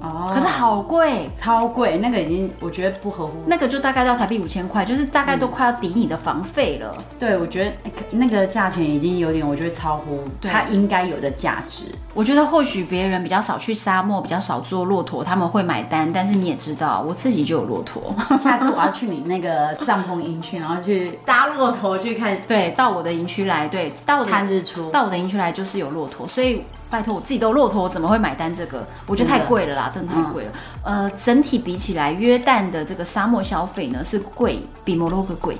Speaker 3: 哦，
Speaker 2: 可是好贵，
Speaker 3: 超贵，那个已经我觉得不合乎。
Speaker 2: 那个就大概要台币五千块，就是大概
Speaker 3: 嗯
Speaker 2: 都快要抵你的房费了。
Speaker 3: 对，我觉得哎那个价钱已经有点，我觉得超乎
Speaker 2: 对
Speaker 3: 它应该有的价值。
Speaker 2: 我觉得或许别人比较少去沙漠，比较少坐骆驼，他们会买单。但是你也知道，我自己就有骆驼。
Speaker 3: 下次我要去你那个帐篷营区，然后去搭骆驼去看
Speaker 2: 对，到我的营区来，对，到我的
Speaker 3: 看日出。
Speaker 2: 到我的营区来就是有骆驼，所以拜托我自己都有骆驼，我怎么会买单这个？我觉得太贵了啦，真的
Speaker 3: 嗯
Speaker 2: 太贵了。呃，整体比起来，约旦的这个沙漠消费呢是贵，比摩洛哥贵。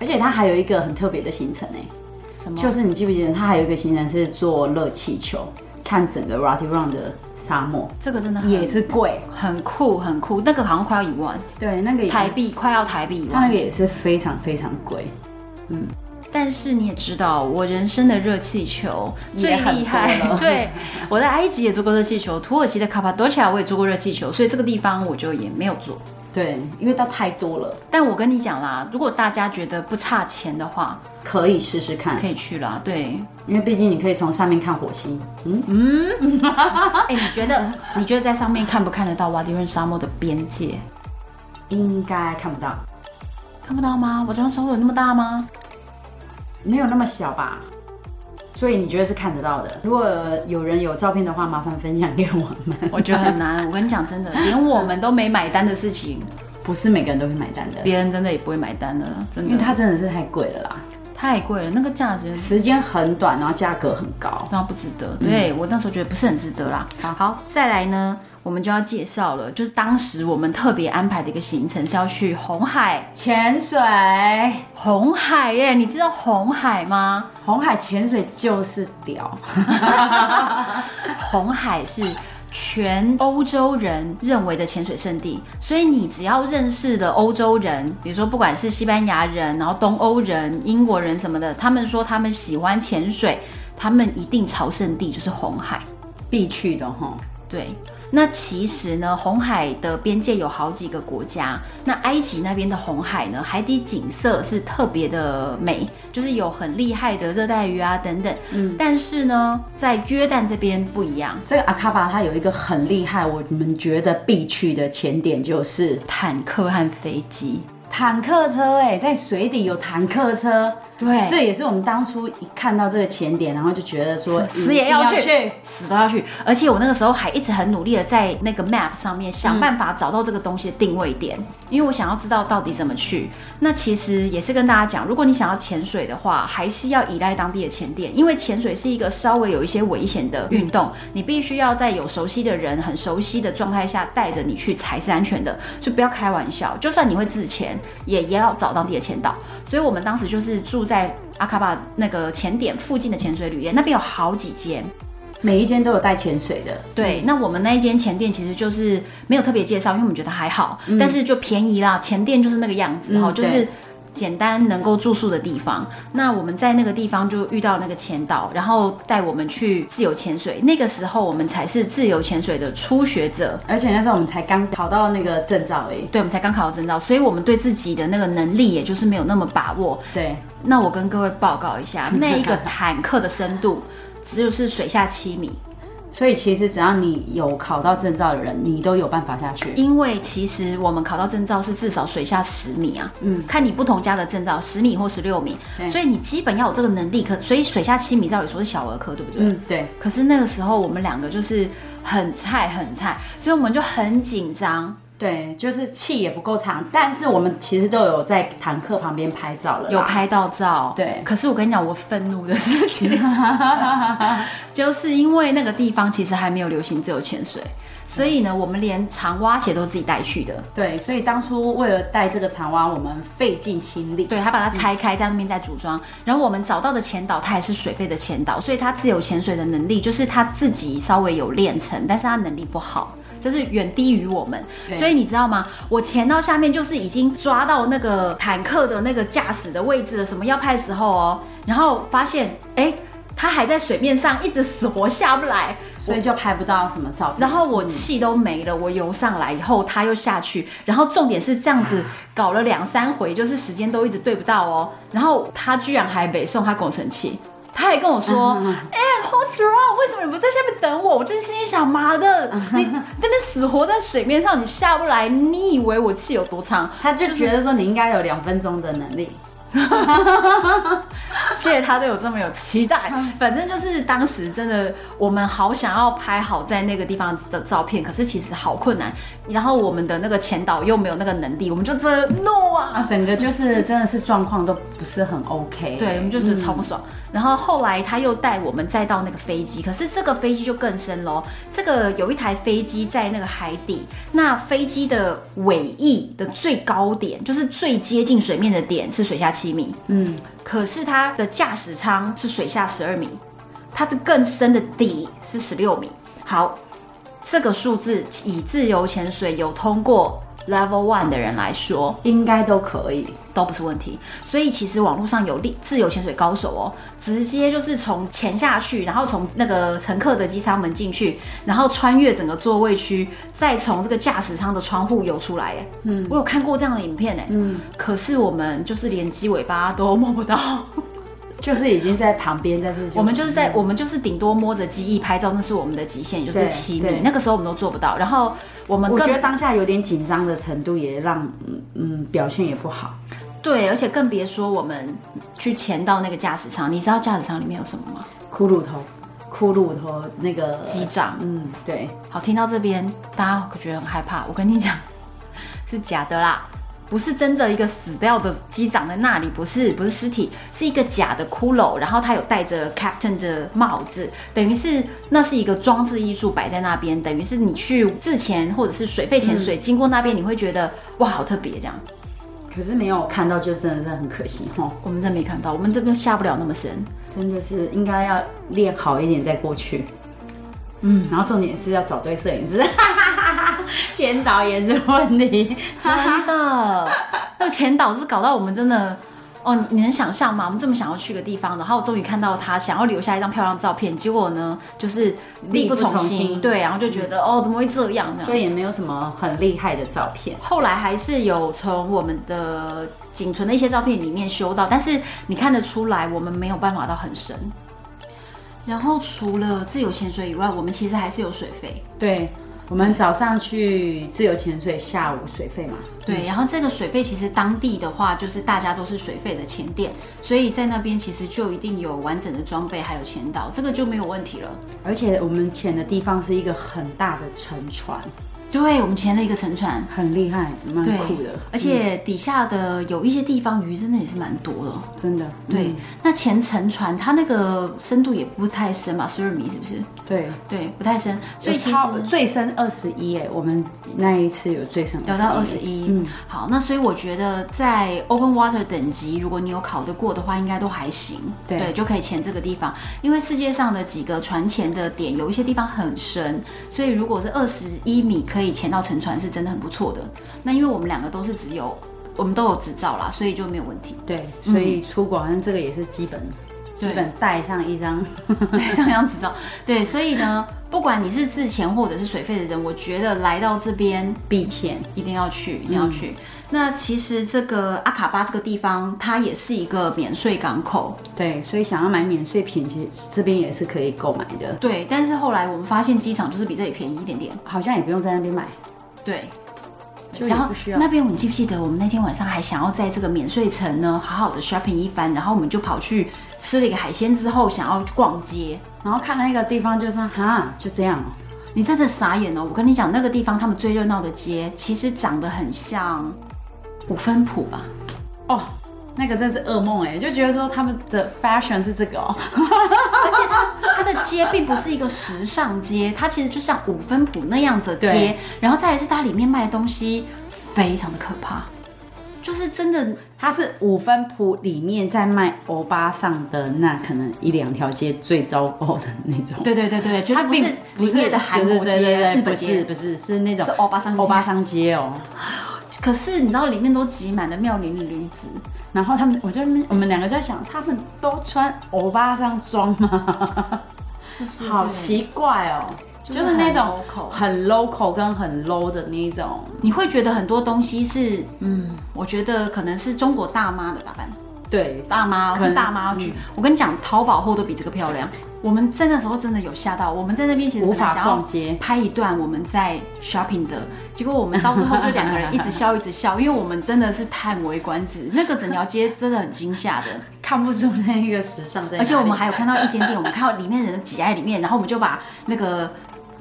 Speaker 3: 而且它还有一个很特别的行程哎、
Speaker 2: 什么？
Speaker 3: 就是你记不记得它还有一个行程是坐热气球，看整个 Rocky Run 的沙漠。
Speaker 2: 这个真的很
Speaker 3: 也是贵，
Speaker 2: 很酷，很酷。那个好像快要一万
Speaker 3: 对，那个也
Speaker 2: 台币，快要台币一
Speaker 3: 它那
Speaker 2: 万
Speaker 3: 个。也是非常非常贵，
Speaker 2: 但是你也知道，我人生的热气球最
Speaker 3: 也很
Speaker 2: 厉害
Speaker 3: 多。了
Speaker 2: 对，我在埃及也做过热气球，土耳其的卡帕多奇亚我也做过热气球，所以这个地方我就也没有做。
Speaker 3: 对，因为它太多了，
Speaker 2: 但我跟你讲啦，如果大家觉得不差钱的话，
Speaker 3: 可以试试看
Speaker 2: 可，以去啦。对，
Speaker 3: 因为毕竟你可以从上面看火星，
Speaker 2: 哎、你觉得 你觉得在上面看不看得到瓦迪润沙漠的边界？
Speaker 3: 应该看不到，
Speaker 2: 看不到吗？瓦迪润沙漠有那么大吗？
Speaker 3: 没有那么小吧。所以你觉得是看得到的？如果有人有照片的话，麻烦分享给我们。
Speaker 2: 我觉得很难。我跟你讲，真的，连我们都没买单的事情，
Speaker 3: 不是每个人都会买单的，
Speaker 2: 别人真的也不会买单的，真
Speaker 3: 因为
Speaker 2: 的
Speaker 3: 它真的是太贵了啦，
Speaker 2: 太贵了，那个价值
Speaker 3: 时间很短，然后价格很高。
Speaker 2: 那不值得。对、我那时候觉得不是很值得啦。好，再来呢，我们就要介绍了，就是当时我们特别安排的一个行程是要去红海，
Speaker 3: 潜水，
Speaker 2: 红海耶，你知道红海吗？
Speaker 3: 红海潜水就是屌，
Speaker 2: 红海是全欧洲人认为的潜水圣地，所以你只要认识的欧洲人，比如说不管是西班牙人，然后东欧人、英国人什么的，他们说他们喜欢潜水，他们一定朝圣地就是红海。
Speaker 3: 必去的哈。
Speaker 2: 对，那其实呢，红海的边界有好几个国家。那埃及那边的红海呢，海底景色是特别的美，就是有很厉害的热带鱼啊等等。嗯，但是呢，在约旦这边不一样，
Speaker 3: 这个阿卡巴它有一个很厉害，我们觉得必去的潜点就是
Speaker 2: 坦克和飞机。
Speaker 3: 坦克车、哎，在水底有坦克车，
Speaker 2: 对
Speaker 3: 这也是我们当初一看到这个潜点，然后就觉得说
Speaker 2: 死也
Speaker 3: 一定
Speaker 2: 要
Speaker 3: 要
Speaker 2: 去，死都要去。而且我那个时候还一直很努力的在那个 map 上面想办法找到这个东西的定位点，因为我想要知道到底怎么去。那其实也是跟大家讲，如果你想要潜水的话，还是要依赖当地的潜店，因为潜水是一个稍微有一些危险的运动，你必须要在有熟悉的人、很熟悉的状态下带着你去才是安全的。就不要开玩笑，就算你会自潜，也也要找当地的潜导。所以我们当时就是住在阿卡巴那个潜点附近的潜水旅店，那边有好几间。
Speaker 3: 每一间都有带潜水的，
Speaker 2: 对，那我们那一间前店其实就是没有特别介绍，因为我们觉得还好，但是就便宜啦。前店就是那个样子哈、
Speaker 3: 嗯
Speaker 2: 就
Speaker 3: 对
Speaker 2: 是简单能够住宿的地方。那我们在那个地方就遇到那个前导，然后带我们去自由潜水。那个时候我们才是自由潜水的初学者，
Speaker 3: 而且那时候我们才刚考到那个证照而已。
Speaker 2: 对，我们才刚考到证照，所以我们对自己的那个能力也就是没有那么把握。
Speaker 3: 对，
Speaker 2: 那我跟各位报告一 下，那一个坦克的深度只有是水下七米，
Speaker 3: 所以其实只要你有考到证照的人，你都有办法下去。
Speaker 2: 因为其实我们考到证照是至少水下十米啊，嗯，看你不同家的证照，十米或十六米，所以你基本要有这个能力。可所以水下七米照理说是小儿科，对不对？
Speaker 3: 嗯，对，
Speaker 2: 可是那个时候我们两个就是很菜很菜，所以我们就很紧张。
Speaker 3: 对，就是气也不够长，但是我们其实都有在坦克旁边拍照了啦，
Speaker 2: 有拍到照，
Speaker 3: 啊对
Speaker 2: 可是我跟你讲，我愤怒的事情，就是因为那个地方其实还没有流行自由潜水，所以呢，我们连长蛙鞋都自己带去的。
Speaker 3: 对，所以当初为了带这个长蛙，我们费尽心力。
Speaker 2: 对，他把它拆开，在那边再组装。然后我们找到的前导，他也是水肺的前导，所以他自由潜水的能力就是他自己稍微有练成，但是他能力不好。就是远低于我们，所以你知道吗？我潜到下面就是已经抓到那个坦克的那个驾驶的位置了，什么要拍的时候哦，然后发现哎、他还在水面上一直 死活下不来，
Speaker 3: 所以就拍不到什么照片。
Speaker 2: 然后我气都没了，我游上来以后，他又下去，然后重点是这样子搞了两三回，就是时间都一直对不到哦。然后他居然还北宋，他跟我生气，他还跟我说：“哎、w h a t s wrong？为什么你不在下面等我？”我就心里想：“妈的，你那边死活在水面上，你下不来，你以为我气有多长？”
Speaker 3: 他就觉得说你应该有两分钟的能力。
Speaker 2: 谢谢他对我这么有期待。反正就是当时真的，我们好想要拍好在那个地方的照片，可是其实好困难。然后我们的那个前导又没有那个能力，我们就真的 no 啊！
Speaker 3: 整个就是真的是状况都不是很 OK。
Speaker 2: 对，我们就是超不爽。然后后来他又带我们再到那个飞机，可是这个飞机就更深喽。这个有一台飞机在那个海底，那飞机的尾翼的最高点，就是最接近水面的点是水下七米，
Speaker 3: 嗯，
Speaker 2: 可是它的驾驶舱是水下十二米，它的更深的底是十六米。好，这个数字以自由潜水有通过 Level One 的人来说
Speaker 3: 应该都可以。
Speaker 2: 都不是问题，所以其实网络上有立自由潜水高手哦，直接就是从潜下去，然后从那个乘客的机舱门进去，然后穿越整个座位区，再从这个驾驶舱的窗户游出来。哎，嗯，我有看过这样的影片哎，嗯，可是我们就是连鸡尾巴都摸不到。
Speaker 3: 就是已经在旁边，但是
Speaker 2: 我们就是在我们就是顶多摸着机翼拍照，那是我们的极限，也就是
Speaker 3: 对
Speaker 2: 七米
Speaker 3: 对。
Speaker 2: 那个时候我们都做不到。然后我们
Speaker 3: 我
Speaker 2: 更
Speaker 3: 觉得当下有点紧张的程度也让嗯嗯表现也不好。
Speaker 2: 对，而且更别说我们去潜到那个驾驶舱。你知道驾驶舱里面有什么吗？
Speaker 3: 骷髅头，骷髅头那个
Speaker 2: 机长。
Speaker 3: 嗯对，
Speaker 2: 好，听到这边大家可觉得很害怕。我跟你讲，是假的啦。不是真的一个死掉的机长在那里，不是不是尸体，是一个假的骷髅，然后他有戴着 captain 的帽子，等于是那是一个装置艺术摆在那边，等于是你去之前或者是水肺潜水、经过那边，你会觉得哇好特别这样。
Speaker 3: 可是没有看到，就真的是很可惜哈。
Speaker 2: 我们真没看到，我们这边下不了那么深。
Speaker 3: 真的是应该要练好一点再过去。嗯，然后重点是要找对摄影师， 剪导也是 问题。
Speaker 2: 真的，那个前导是搞到我们真的，哦，你你能想象吗？我们这么想要去个地方，然后终于看到他，想要留下一张漂亮照片，结果呢，就是力不从
Speaker 3: 力不从
Speaker 2: 心，
Speaker 3: 心
Speaker 2: 对，然后就觉得哦，怎么会这样呢？
Speaker 3: 所以也没有什么很厉害的照片。
Speaker 2: 后来还是有从我们的仅存的一些照片里面修到，但是你看得出来，我们没有办法到很深。然后除了自由潜水以外，我们其实还是有水费。
Speaker 3: 对，我们早上去自由潜水，下午水费嘛。
Speaker 2: 对，然后这个水费其实当地的话，就是大家都是水费的前店，所以在那边其实就一定有完整的装备，还有前导，这个就没有问题了。
Speaker 3: 而且我们潜的地方是一个很大的沉船，
Speaker 2: 对，我们前了一个沉船，
Speaker 3: 很厉害，蛮
Speaker 2: 对
Speaker 3: 酷的，，
Speaker 2: 而且底下的有一些地方鱼真的也是蛮多的哦。
Speaker 3: 真的。
Speaker 2: 对，
Speaker 3: 嗯
Speaker 2: 那前沉船它那个深度也不太深嘛，十二米是不是？
Speaker 3: 对，
Speaker 2: 对，不太深，所以其实
Speaker 3: 超最深二十一哎，我们那一次有最深
Speaker 2: 聊到二十一，嗯，好，那所以我觉得在 open water 等级，如果你有考得过的话，应该都还行，
Speaker 3: 对
Speaker 2: 就可以潜这个地方。因为世界上的几个船潜的点，有一些地方很深，所以如果是二十一米可以潜到沉船，是真的很不错的。那因为我们两个都是只有我们都有执照啦，所以就没有问题。
Speaker 3: 对，所以出国好像这个也是基本，基本带上一张。
Speaker 2: 上扬执照，对，所以呢，不管你是自潜或者是水费的人，我觉得来到这边
Speaker 3: 必潜，
Speaker 2: 一定要去，
Speaker 3: 嗯
Speaker 2: 一定要去。那其实这个阿卡巴这个地方，它也是一个免税港口，
Speaker 3: 对，所以想要买免税品，其实这边也是可以购买的，
Speaker 2: 对。但是后来我们发现机场就是比这里便宜一点点，
Speaker 3: 好像也不用在那边买，
Speaker 2: 对。
Speaker 3: 就也
Speaker 2: 然后
Speaker 3: 不需要
Speaker 2: 那边你记不记得，我们那天晚上还想要在这个免税城呢好好的 shopping 一番，然后我们就跑去吃了一个海鲜之后，想要去逛街。
Speaker 3: 然后看那个地方就是哈，就这样哦、
Speaker 2: 你真的傻眼哦！我跟你讲，那个地方他们最热闹的街，其实长得很像五分埔吧？
Speaker 3: 哦，那个真是噩梦哎，就觉得说他们的 fashion 是这个哦，
Speaker 2: 而且它它的街并不是一个时尚街，它其实就像五分埔那样的街
Speaker 3: 对。
Speaker 2: 然后再来是它里面卖的东西非常的可怕，就是真的
Speaker 3: 它是五分铺里面在卖欧巴上的那可能一两条街最糟糕的那种。
Speaker 2: 对对对对，绝对
Speaker 3: 它
Speaker 2: 不是里面的韩国
Speaker 3: 对对
Speaker 2: 街、
Speaker 3: 对
Speaker 2: 日
Speaker 3: 对
Speaker 2: 本
Speaker 3: 不是
Speaker 2: 街。
Speaker 3: 不是是那种
Speaker 2: 是欧巴桑街
Speaker 3: 欧巴桑街哦。
Speaker 2: 可是你知道里面都挤满了妙龄的女子，
Speaker 3: 然后他们，我就我们两个就在想，他们都穿欧巴桑装吗？
Speaker 2: 就是
Speaker 3: 好。奇怪哦，
Speaker 2: 就
Speaker 3: 就是是那种
Speaker 2: 很 local
Speaker 3: 很 local 跟很 low 的那种。
Speaker 2: 你会觉得很多东西是，嗯，我觉得可能是中国大妈的打扮。
Speaker 3: 对，
Speaker 2: 大妈
Speaker 3: 可能嗯
Speaker 2: 是大妈去。我跟你讲，淘宝货都比这个漂亮。我们在那时候真的有吓到，我们在那边其实
Speaker 3: 无
Speaker 2: 本
Speaker 3: 法
Speaker 2: 来想要
Speaker 3: 逛街
Speaker 2: 拍一段我们在 shopping 的，结果我们到最后就两个人一直笑一直笑，因为我们真的是叹为观止， 那个整条街真的很惊吓的。
Speaker 3: 看不出那一个时尚在哪里。
Speaker 2: 而且我们还有看到一间店，我们看到里面人挤在里面，然后我们就把那个。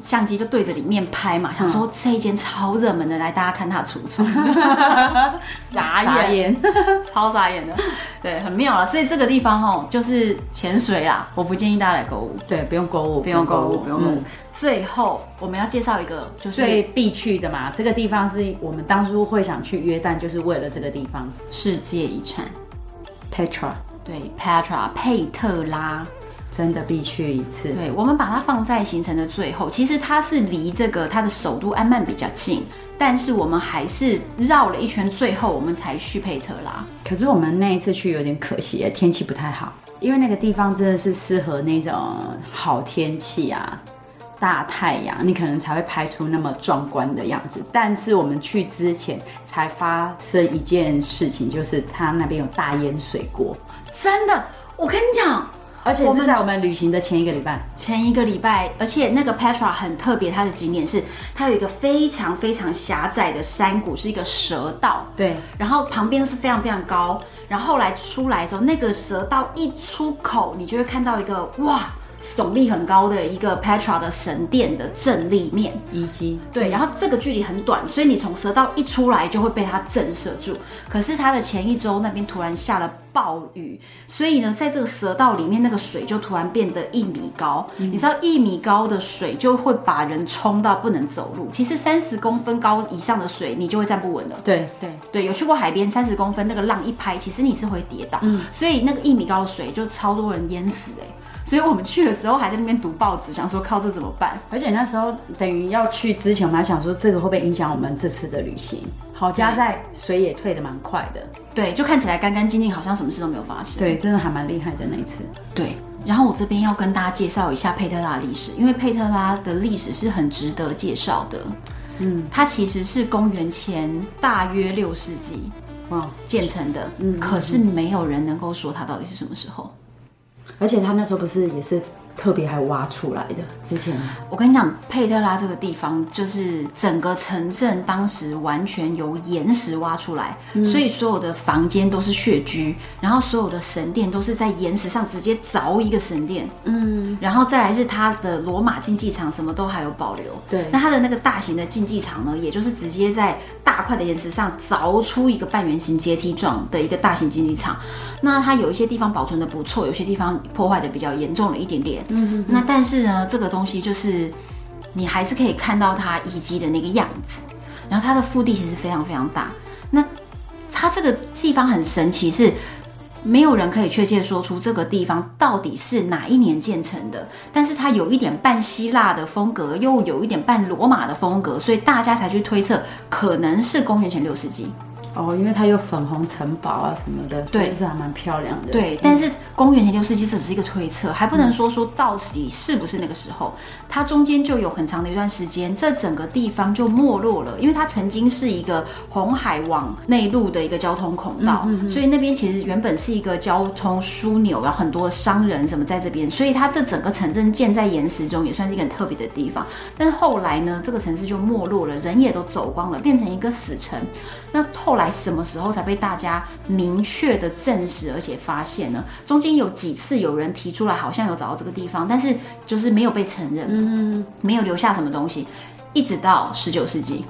Speaker 2: 相机就对着里面拍嘛，想
Speaker 3: 嗯
Speaker 2: 说这一间超热门的，来大家看它的橱窗， 傻
Speaker 3: 傻眼，
Speaker 2: 超傻 眼的，对，很妙了。所以这个地方哦，就是潜水啦，我不建议大家来购物，
Speaker 3: 对，不用购物，
Speaker 2: 不用购物，不用购物。
Speaker 3: 嗯
Speaker 2: 最后我们要介绍一个，就是
Speaker 3: 最必去的嘛，这个地方是我们当初会想去约旦，就是为了这个地方
Speaker 2: 世界遗产，
Speaker 3: ，Petra
Speaker 2: 对，Petra 佩特拉，
Speaker 3: 真的必去一次。
Speaker 2: 对，我们把它放在行程的最后。其实它是离这个它的首都安曼比较近，但是我们还是绕了一圈，最后我们才去佩特拉。
Speaker 3: 可是我们那一次去有点可惜耶，天气不太好，因为那个地方真的是适合那种好天气啊。大太阳，你可能才会拍出那么壮观的样子。但是我们去之前才发生一件事情，就是它那边有大淹水锅，
Speaker 2: 真的，我跟你讲，
Speaker 3: 而且
Speaker 2: 我们
Speaker 3: 是在我们旅行的前一个礼拜。
Speaker 2: 前一个礼拜，而且那个 Petra 很特别，它的景点是它有一个非常非常狭窄的山谷，是一个蛇道。
Speaker 3: 对，
Speaker 2: 然后旁边是非常非常高，然后后来出来的时候，那个蛇道一出口，你就会看到一个哇，耸力很高的一个 Petra 的神殿的正立面。
Speaker 1: 遗迹，
Speaker 3: 嗯
Speaker 2: 对，然后这个距离很短，所以你从蛇道一出来就会被它震慑住。可是它的前一周那边突然下了暴雨，所以呢，在这个蛇道里面，那个水就突然变得一米高。你知道一米高的水就会把人冲到不能走路。其实三十公分高以上的水，你就会站不稳了。
Speaker 3: 对对，
Speaker 2: 对，有去过海边，三十公分那个浪一拍，其实你是会跌倒，所以那个一米高的水就超多人淹死哎、所以我们去的时候还在那边读报纸，想说靠这怎么办？
Speaker 3: 而且那时候等于要去之前，我们还想说这个会不会影响我们这次的旅行？好家在水也退得蛮快的，
Speaker 2: 对，就看起来干干净净，好像什么事都没有发生。
Speaker 3: 对，真的还蛮厉害的那一次。
Speaker 2: 对，然后我这边要跟大家介绍一下佩特拉的历史，因为佩特拉的历史是很值得介绍的。嗯，它其实是公元前大约六世纪
Speaker 3: 哇！
Speaker 2: 建成的，可是没有人能够说它到底是什么时候。
Speaker 3: 而且他那时候不是也是特别还挖出来的，之前
Speaker 2: 我跟你讲，佩特拉这个地方就是整个城镇当时完全由岩石挖出来，所以所有的房间都是穴居，然后所有的神殿都是在岩石上直接凿一个神殿，嗯，然后再来是它的罗马竞技场，什么都还有保留。
Speaker 3: 对
Speaker 2: 那它的那个大型的竞技场呢，也就是直接在大块的岩石上凿出一个半圆形阶梯状的一个大型竞技场。那它有一些地方保存的不错，有些地方破坏的比较严重了一点点。嗯那但是呢，这个东西就是你还是可以看到它遗迹的那个样子。然后它的腹地其实非常非常大。那它这个地方很神奇是。没有人可以确切说出这个地方到底是哪一年建成的，但是它有一点半希腊的风格，又有一点半罗马的风格，所以大家才去推测可能是公元前六世纪。
Speaker 3: 哦，因为他有粉红城堡啊什么的，
Speaker 2: 对
Speaker 3: 就是还蛮漂亮的。
Speaker 2: 对，但是公元前六世纪这只是一个推测，还不能说说到底是不是那个时候。它中间就有很长的一段时间，这整个地方就没落了，因为它曾经是一个红海往内陆的一个交通孔道，所以那边其实原本是一个交通枢纽，然后很多商人什么在这边，所以它这整个城镇建在岩石中，也算是一个很特别的地方。但是后来呢，这个城市就没落了，人也都走光了，变成一个死城。那后来什么时候才被大家明确的证实，而且发现呢？中间有几次有人提出来，好像有找到这个地方，但是就是没有被承认，嗯，没有留下什么东西，一直到十九世纪，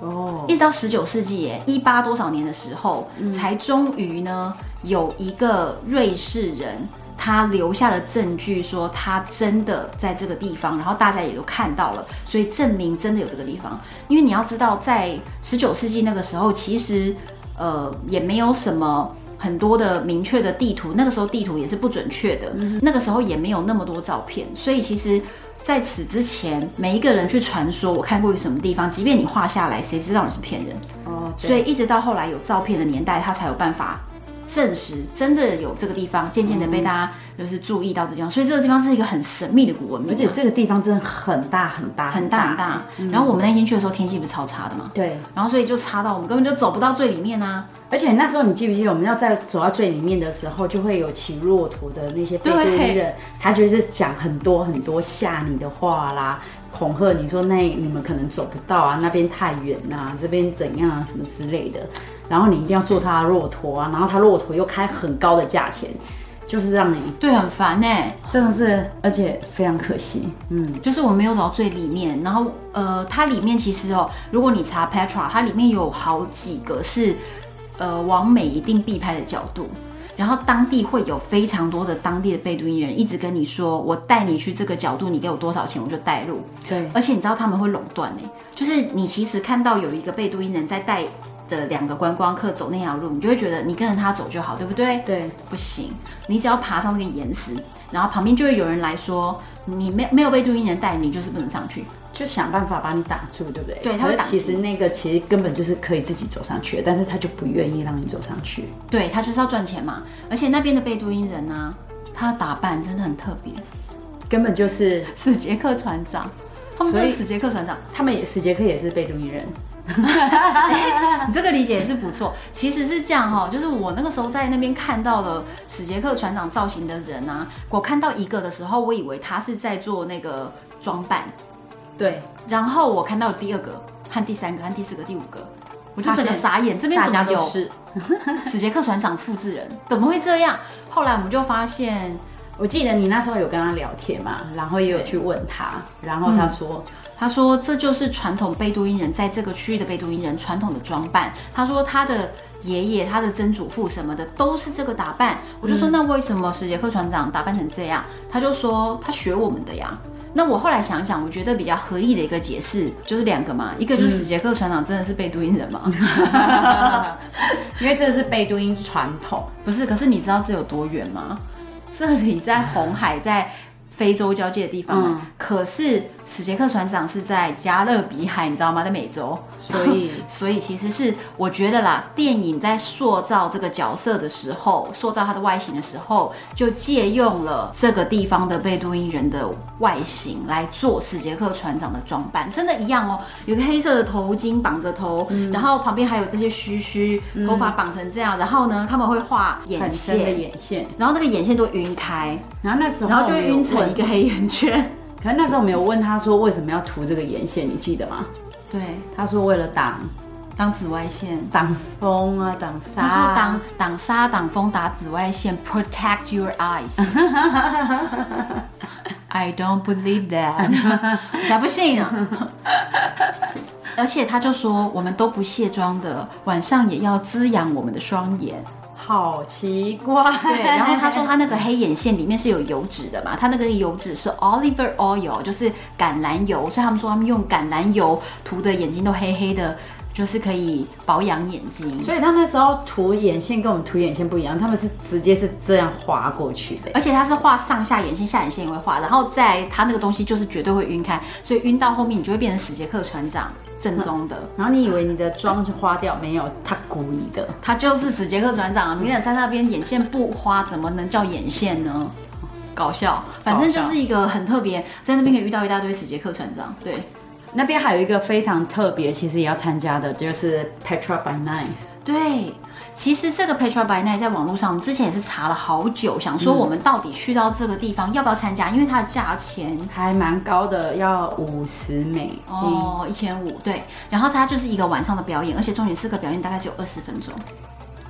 Speaker 3: 哦，
Speaker 2: 一直到十九世纪耶，一八多少年的时候，才终于呢有一个瑞士人。他留下了证据，说他真的在这个地方，然后大家也都看到了，所以证明真的有这个地方。因为你要知道，在十九世纪那个时候，其实呃也没有什么很多的明确的地图，那个时候地图也是不准确的，那个时候也没有那么多照片，所以其实。在此之前，每一个人去传说我看过一个什么地方，即便你画下来，谁知道你是骗人？
Speaker 3: 哦，对
Speaker 2: 所以一直到后来有照片的年代，他才有办法证实真的有这个地方，渐渐的被大家
Speaker 3: 嗯
Speaker 2: 就是注意到这地方。所以这个地方是一个很神秘的古文明，
Speaker 3: 而且这个地方真的很大很大
Speaker 2: 很大很大。然后我们那天去的时候，天气不是超差的嘛，
Speaker 3: 嗯对，
Speaker 2: 然后所以就差到我们根本就走不到最里面啊，
Speaker 3: 而且那时候你记不记得，我们要在走到最里面的时候，就会有骑骆驼的那些贝都因人，他就是讲很多很多吓你的话啦，恐吓你说那你们可能走不到啊，那边太远呐、这边怎样啊什么之类的。然后你一定要坐他的骆驼啊，然后他骆驼又开很高的价钱，就是让你
Speaker 2: 对，很烦哎、
Speaker 3: 真的是，而且非常可惜。嗯，
Speaker 2: 就是我没有走到最里面，然后呃，它里面其实哦，如果你查 Petra，它里面有好几个是呃往美一定必拍的角度，然后当地会有非常多的当地的贝都因人一直跟你说，我带你去这个角度，你给我多少钱我就带路，
Speaker 3: 对，
Speaker 2: 而且你知道他们会垄断呢，就是你其实看到有一个贝都因人在带的两个观光客走那条路，你就会觉得你跟着他走就好，对不对？
Speaker 3: 对，
Speaker 2: 不行，你只要爬上那个岩石，然后旁边就会有人来说，你没没有被杜因人带，你就是不能上去。
Speaker 3: 就想办法把你挡住，对不对？
Speaker 2: 对他会
Speaker 3: 可
Speaker 2: 挡住
Speaker 3: 是其实那个其实根本就是可以自己走上去的，但是他就不愿意让你走上去。
Speaker 2: 对他就是要赚钱嘛，而且那边的贝都因人啊，他的打扮真的很特别，
Speaker 3: 根本就是
Speaker 2: 史杰克船长，他们真
Speaker 3: 所
Speaker 2: 的
Speaker 3: 以
Speaker 2: 史杰克船长，
Speaker 3: 他们也史杰克也是贝都因人，
Speaker 2: 你这个理解也是不错。其实是这样哈、就是我那个时候在那边看到了史杰克船长造型的人啊，我看到一个的时候，我以为他是在做那个装扮，
Speaker 3: 对，
Speaker 2: 然后我看到了第二个和第三个和第四个第五个，我就整个
Speaker 3: 发现
Speaker 2: 傻眼，这边
Speaker 3: 大
Speaker 2: 怎
Speaker 3: 家
Speaker 2: 么
Speaker 3: 都
Speaker 2: 有
Speaker 3: 是
Speaker 2: 史杰克船长复制人？怎么会这样？后来我们就发现，
Speaker 3: 我记得你那时候有跟他聊天嘛，然后也有去问他，然后他说，
Speaker 2: 他说这就是传统贝都因人在这个区域的贝都因人传统的装扮。他说他的爷爷、他的曾祖父什么的都是这个打扮。我
Speaker 3: 嗯
Speaker 2: 就说、那为什么史杰克船长打扮成这样？他就说他学我们的呀。那我后来想想，我觉得比较合理的一个解释就是两个嘛，一个
Speaker 3: 嗯
Speaker 2: 就是史杰克船长真的是贝都因人嘛，
Speaker 3: 因为这是贝都因传统，
Speaker 2: 不是，可是你知道这有多远吗？这里在红海，在非洲交界的地方、
Speaker 3: 嗯
Speaker 2: 可是史杰克船长是在加勒比海，你知道吗？在美洲，
Speaker 3: 所以
Speaker 2: 所以其实是我觉得啦，电影在塑造这个角色的时候，塑造他的外形的时候，就借用了这个地方的贝都因人的外形来做史杰克船长的装扮，真的一样哦，有个黑色的头巾绑着头，然后旁边还有这些须须，头发绑成这样，然后呢，他们会画眼
Speaker 3: 很深的
Speaker 2: 线。
Speaker 3: 眼线。
Speaker 2: 然后那个眼线都晕开，
Speaker 3: 然后那时候，
Speaker 2: 然后就会晕成一个。黑眼圈。
Speaker 3: 可是那时候没有问他说为什么要涂这个眼线，你记得吗？
Speaker 2: 对，
Speaker 3: 他说为了挡
Speaker 2: 当紫外线。
Speaker 3: 挡风啊，挡沙
Speaker 2: 他
Speaker 3: 啊。
Speaker 2: 说挡挡沙、挡风、打紫外线，protect your eyes。I don't believe that，我 才不信呢。而且他就说，我们都不卸妆的，晚上也要滋养我们的双眼。
Speaker 3: 好奇怪。
Speaker 2: 对，然后他说他那个黑眼线里面是有油脂的嘛，他那个油脂是 olive oil，就是橄榄油，所以他们说他们用橄榄油涂的眼睛都黑黑的，就是可以保养眼睛。
Speaker 3: 所以他那时候涂眼线跟我们涂眼线不一样，他们是直接是这样划过去的。
Speaker 2: 而且他是画上下眼线，下眼线也会画，然后在他那个东西就是绝对会晕开，所以晕到后面你就会变成史杰克船长正宗的，
Speaker 3: 然后你以为你的妆就花掉，没有，他故意的。
Speaker 2: 他就是史杰克船长啊！明远在那边眼线不花，怎么能叫眼线呢？搞笑，反正就是一个很特别，在那边可以遇到一大堆史杰克船长，对。
Speaker 3: 那边还有一个非常特别，其实也要参加的，就是 Petra by Nine。
Speaker 2: 对，其实这个 Petra by Night 在网络上，我们之前也是查了好久，想说我们到底去到这个地方、要不要参加，因为它的价钱。
Speaker 3: 还蛮高的，要五十美金。
Speaker 2: 哦，一千五对，然后它就是一个晚上的表演，而且重点是这个表演大概只有二十分钟。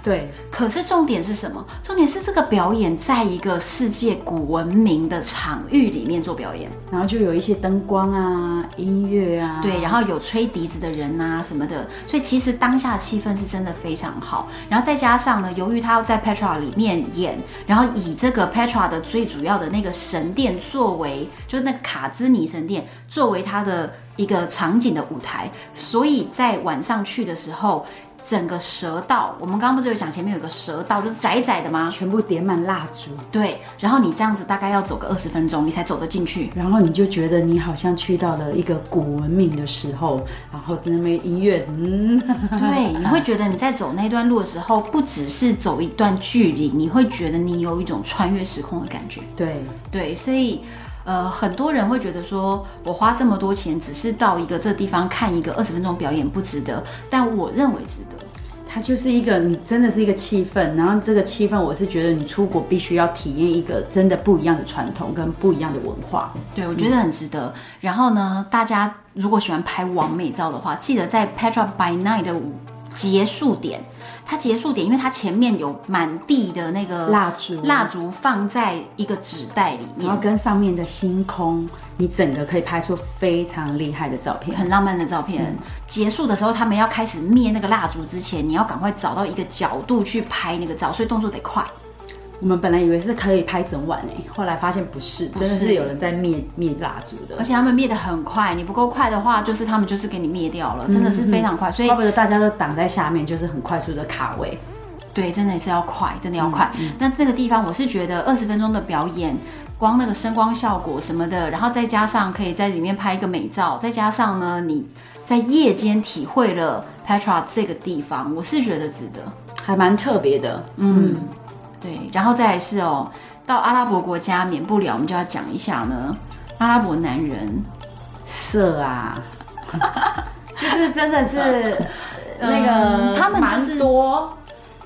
Speaker 3: 对，
Speaker 2: 可是重点是什么？重点是这个表演在一个世界古文明的场域里面做表演，
Speaker 3: 然后就有一些灯光啊、音乐啊，
Speaker 2: 对，然后有吹笛子的人啊什么的，所以其实当下气氛是真的非常好。然后再加上呢，由于他要在 Petra 里面演，然后以这个 Petra 的最主要的那个神殿作为，就是那个卡兹尼神殿作为他的一个场景的舞台，所以在晚上去的时候。整个蛇道，我们刚刚不是有讲前面有个蛇道，就是窄窄的吗？
Speaker 3: 全部点满蜡烛，
Speaker 2: 对，然后你这样子大概要走个二十分钟，你才走得进去。
Speaker 3: 然后你就觉得你好像去到了一个古文明的时候，然后那边音乐，嗯，
Speaker 2: 对，你会觉得你在走那段路的时候，不只是走一段距离，你会觉得你有一种穿越时空的感觉。
Speaker 3: 对，
Speaker 2: 对，所以。呃，很多人会觉得说，我花这么多钱，只是到一个这地方看一个二十分钟表演不值得，但我认为值得。
Speaker 3: 它就是一个，你真的是一个气氛，然后这个气氛，我是觉得你出国必须要体验一个真的不一样的传统跟不一样的文化。
Speaker 2: 对，我觉得很值得。然后呢，大家如果喜欢拍完美照的话，记得在 Petra by Night 的舞结束点，它结束点，因为它前面有满地的那个
Speaker 3: 蜡烛
Speaker 2: 蜡烛放在一个纸袋里
Speaker 3: 然后
Speaker 2: 面，
Speaker 3: 跟上面的星空，你整个可以拍出非常厉害的照片。
Speaker 2: 很浪漫的照片。结束的时候，他们要开始灭那个蜡烛之前，你要赶快找到一个角度去拍那个照，所以动作得快。
Speaker 3: 我们本来以为是可以拍整晚诶，后来发现不是，真的是有人在灭灭蜡烛的
Speaker 2: 而。且他们灭得很快，你不够快的话，就是他们就是给你灭掉了，真的是非常快。所以
Speaker 3: 怪不得大家都挡在下面，就是很快速的卡位。
Speaker 2: 对，真的是要快，真的要快。那这个地方，我是觉得二十分钟的表演，光那个声光效果什么的，然后再加上可以在里面拍一个美照，再加上呢，你在夜间体会了 Petra 这个地方，我是觉得值得。
Speaker 3: 还蛮特别的，
Speaker 2: 嗯对，然后再来是哦，到阿拉伯国家免不了我们就要讲一下呢，阿拉伯男人
Speaker 3: 色啊， 就是真的是那个、
Speaker 2: 嗯他们就
Speaker 3: 蛮
Speaker 2: 是
Speaker 3: 多，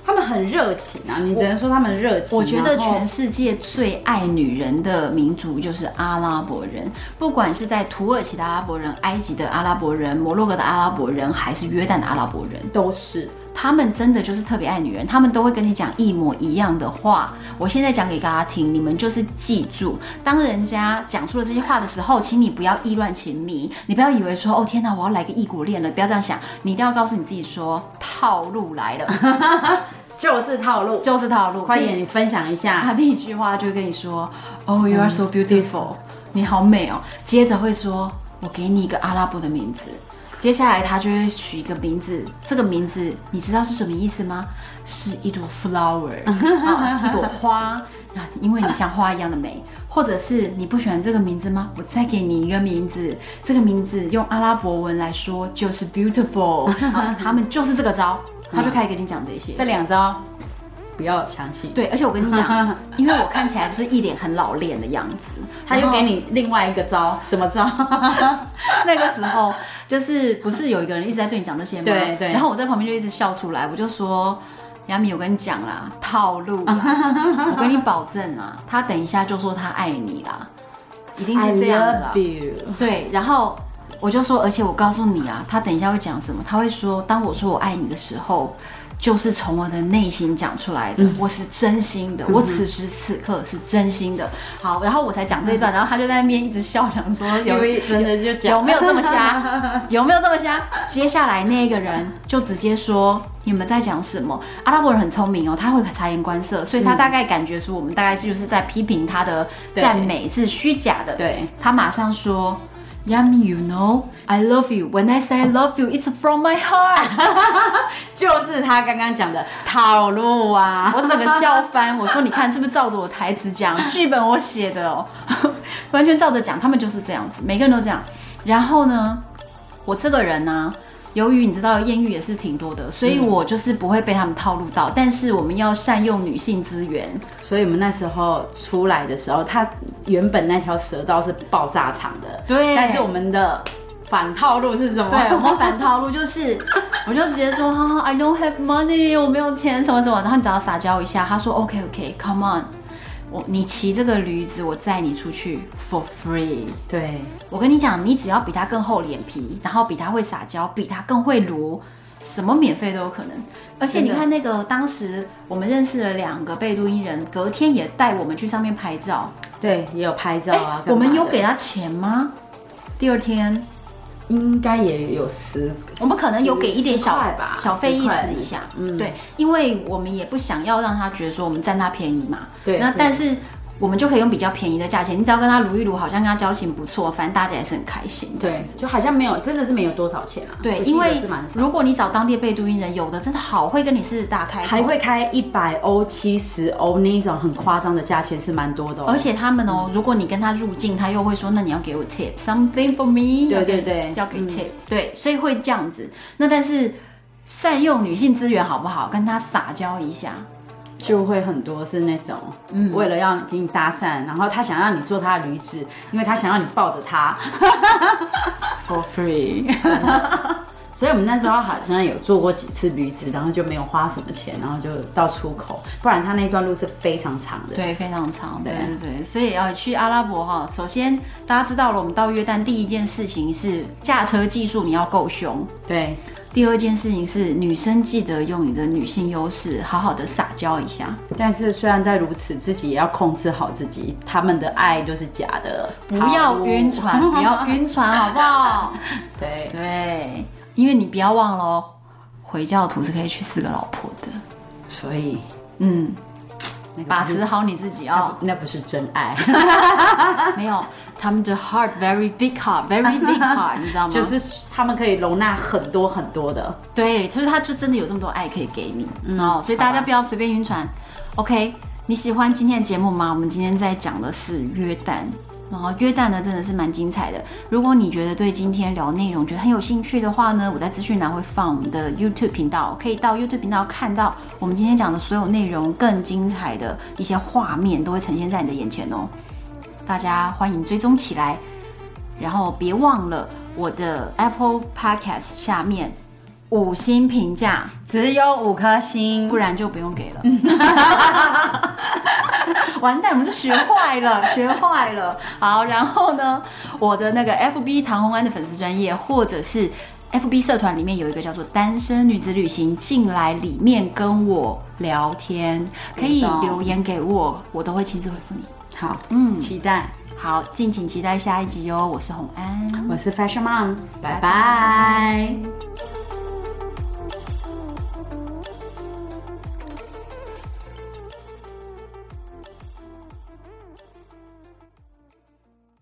Speaker 3: 他们很热情啊，你只能说他们热情。
Speaker 2: 我觉得
Speaker 3: 然后
Speaker 2: 全世界最爱女人的民族就是阿拉伯人，不管是在土耳其的阿拉伯人、埃及的阿拉伯人、摩洛哥的阿拉伯人，还是约旦的阿拉伯人，
Speaker 3: 都是
Speaker 2: 他们真的就是特别爱女人，他们都会跟你讲一模一样的话。我现在讲给大家听，你们就是记住，当人家讲出了这些话的时候，请你不要意乱情迷，你不要以为说哦天哪，我要来个异国恋了，不要这样想，你一定要告诉你自己说套路来 了，
Speaker 3: 就是套路。
Speaker 2: 就是套路，
Speaker 3: 快点，你分享一
Speaker 2: 他
Speaker 3: 下。
Speaker 2: 第一句话就会跟你说，Oh, you are so beautiful，你好美哦。接着会说，我给你一个阿拉伯的名字。接下来他就会取一个名字，这个名字你知道是什么意思吗？是一朵 flower 啊，一朵花啊，因为你像花一样的美，或者是你不喜欢这个名字吗？我再给你一个名字，这个名字用阿拉伯文来说就是 beautiful 啊，他们就是这个招，他就开始跟你讲这些。
Speaker 3: 这两招不要强行。
Speaker 2: 对，而且我跟你 讲，因为我看起来就是一脸很老练的样子，
Speaker 3: 他
Speaker 2: 然
Speaker 3: 又
Speaker 2: 后
Speaker 3: 给你另外一个招，什么招？
Speaker 2: 那个时候就是不是有一个人一直在对你讲这些吗？
Speaker 3: 对对
Speaker 2: 然后我在旁边就一直笑出来，我就说。亚米，我跟你讲啦，套路啦， 我跟你保证啊，他等一下就说他爱你啦， 一定是这样的啦
Speaker 3: I。love you
Speaker 2: 对，然后我就说，而且我告诉你啊，他等一下会讲什么？他会说，当我说我爱你的时候，就是从我的内心讲出来
Speaker 3: 嗯
Speaker 2: 的，我是真心的，我此时此刻是真心的。好，然后我才讲这一段，然后他就在那边一直笑，想说
Speaker 3: 因
Speaker 2: 有
Speaker 3: 为真的就讲
Speaker 2: 有没有这么瞎？有没有这么瞎？接下来那个人就直接说你们在讲什么？阿拉伯人很聪明哦，他会察言观色，所以他大概感觉出我们大概是就是在批评他的
Speaker 3: 嗯对
Speaker 2: 赞美是虚假的。
Speaker 3: 对，
Speaker 2: 他马上说。Yummy, you know, I love you. When I say I love you, it's from my heart.
Speaker 3: 就是他刚刚讲的套路啊。
Speaker 2: 我整个笑翻，我说你看是不是照着我台词讲，剧本我写的哦， 完全照着讲，他们就是这样子，每个人都这样。然后呢，我这个人呢、由于你知道艳遇也是挺多的，所以我就是不会被他们套路到。但是我们要善用女性资源，
Speaker 3: 所以我们那时候出来的时候，他原本那条蛇道是爆炸场的，
Speaker 2: 对
Speaker 3: 但是我们的反套路是什么？
Speaker 2: 对我 们反套路就是，我就直接说、啊、I don't have money，我没有钱什么什么，然后你只要撒娇一下，他说 OK OK，Come、on，我你骑这个驴子，我载你出去 for free。
Speaker 3: 对
Speaker 2: 我跟你讲，你只要比他更厚脸皮，然后比他会撒娇，比他更会撸，什么免费都有可能。而且你
Speaker 3: 真的
Speaker 2: 看那个当时我们认识了两个贝都因人，隔天也带我们去上面拍照。
Speaker 3: 对，也有拍照
Speaker 2: 哎、
Speaker 3: 啊。
Speaker 2: 我们有
Speaker 3: 干嘛的
Speaker 2: 给，他钱吗？第二天
Speaker 3: 应该也有十，
Speaker 2: 我们可能有给一点小
Speaker 3: 十块吧
Speaker 2: 小费
Speaker 3: 十
Speaker 2: 意
Speaker 3: 块
Speaker 2: 思一下，
Speaker 3: 嗯
Speaker 2: 对，因为我们也不想要让他觉得说我们占他便宜嘛，
Speaker 3: 对
Speaker 2: 那
Speaker 3: 对
Speaker 2: 但是我们就可以用比较便宜的价钱，你只要跟他撸一撸，好像跟他交情不错，反正大家也是很开心。
Speaker 3: 对，就好像没有，真的是没有多少钱啊。
Speaker 2: 对，
Speaker 3: 我记得
Speaker 2: 因为
Speaker 3: 是蛮少的。
Speaker 2: 如果你找当地的贝都因人，有的真的好会跟你狮子大开口
Speaker 3: 还会开一百欧、七十欧那一种很夸张的价钱是蛮多的、哦，
Speaker 2: 而且他们哦，如果你跟他入境，他又会说，那你要给我 tip something for me，
Speaker 3: 对
Speaker 2: 要给
Speaker 3: 对对
Speaker 2: 要给
Speaker 3: 嗯
Speaker 2: tip，、对，所以会这样子。那但是善用女性资源好不好？跟他撒娇一下，
Speaker 3: 就会很多是那种，嗯，为了要给你搭讪，然后他想让你做他的驴子，因为他想要你抱着 他 for free。所以我们那时候好像有做过几次驴子，然后就没有花什么钱，然后就到出口，不然他那段路是非常长的。
Speaker 2: 对，非常长，对
Speaker 3: 对
Speaker 2: 对对，所以要去阿拉伯哈，首先大家知道了，我们到约旦第一件事情是驾车技术你要够凶，
Speaker 3: 对
Speaker 2: 第二件事情是女生记得用你的女性优势好好的撒娇一下。
Speaker 3: 但是虽然在如此，自己也要控制好自己，他们的爱就是假的，不
Speaker 2: 不要晕船，不要晕船，哦好不好？
Speaker 3: 对，
Speaker 2: 对，因为你不要忘了哦，回教徒是可以娶四个老婆的。
Speaker 3: 所以
Speaker 2: 嗯，
Speaker 3: 那个
Speaker 2: 把
Speaker 3: 不是
Speaker 2: 持好你自己 哦。
Speaker 3: 那不是真爱，
Speaker 2: 没有，他们的 heart very big heart very big heart，你知道吗？
Speaker 3: 就是他们可以容纳很多很多的。
Speaker 2: 对，所以他就真的有这么多爱可以给你，哦，所以大家不要随便晕船。OK，你喜欢今天的节目吗？我们今天在讲的是约旦。然后约旦呢，真的是蛮精彩的。如果你觉得对今天聊内容觉得很有兴趣的话呢，我在资讯栏会放我们的 YouTube 频道，可以到 YouTube 频道看到我们今天讲的所有内容更精彩的一些画面都会呈现在你的眼前哦。大家欢迎追踪起来，然后别忘了我的 Apple Podcast 下面五星评价，
Speaker 3: 只有五颗星
Speaker 2: 不，然就不用给了。 完蛋，我们就学坏了，学坏了。好，然后呢，我的那个 FB 唐红安的粉丝专业，或者是 FB 社团里面有一个叫做“单身女子旅行”，进来里面跟我聊天，可以
Speaker 3: 懂
Speaker 2: 留言给我，我都会亲自回复你。
Speaker 3: 好，嗯，期待。
Speaker 2: 好，敬请期待下一集哦。我是红安。
Speaker 3: 我是 Fashion Mom，拜拜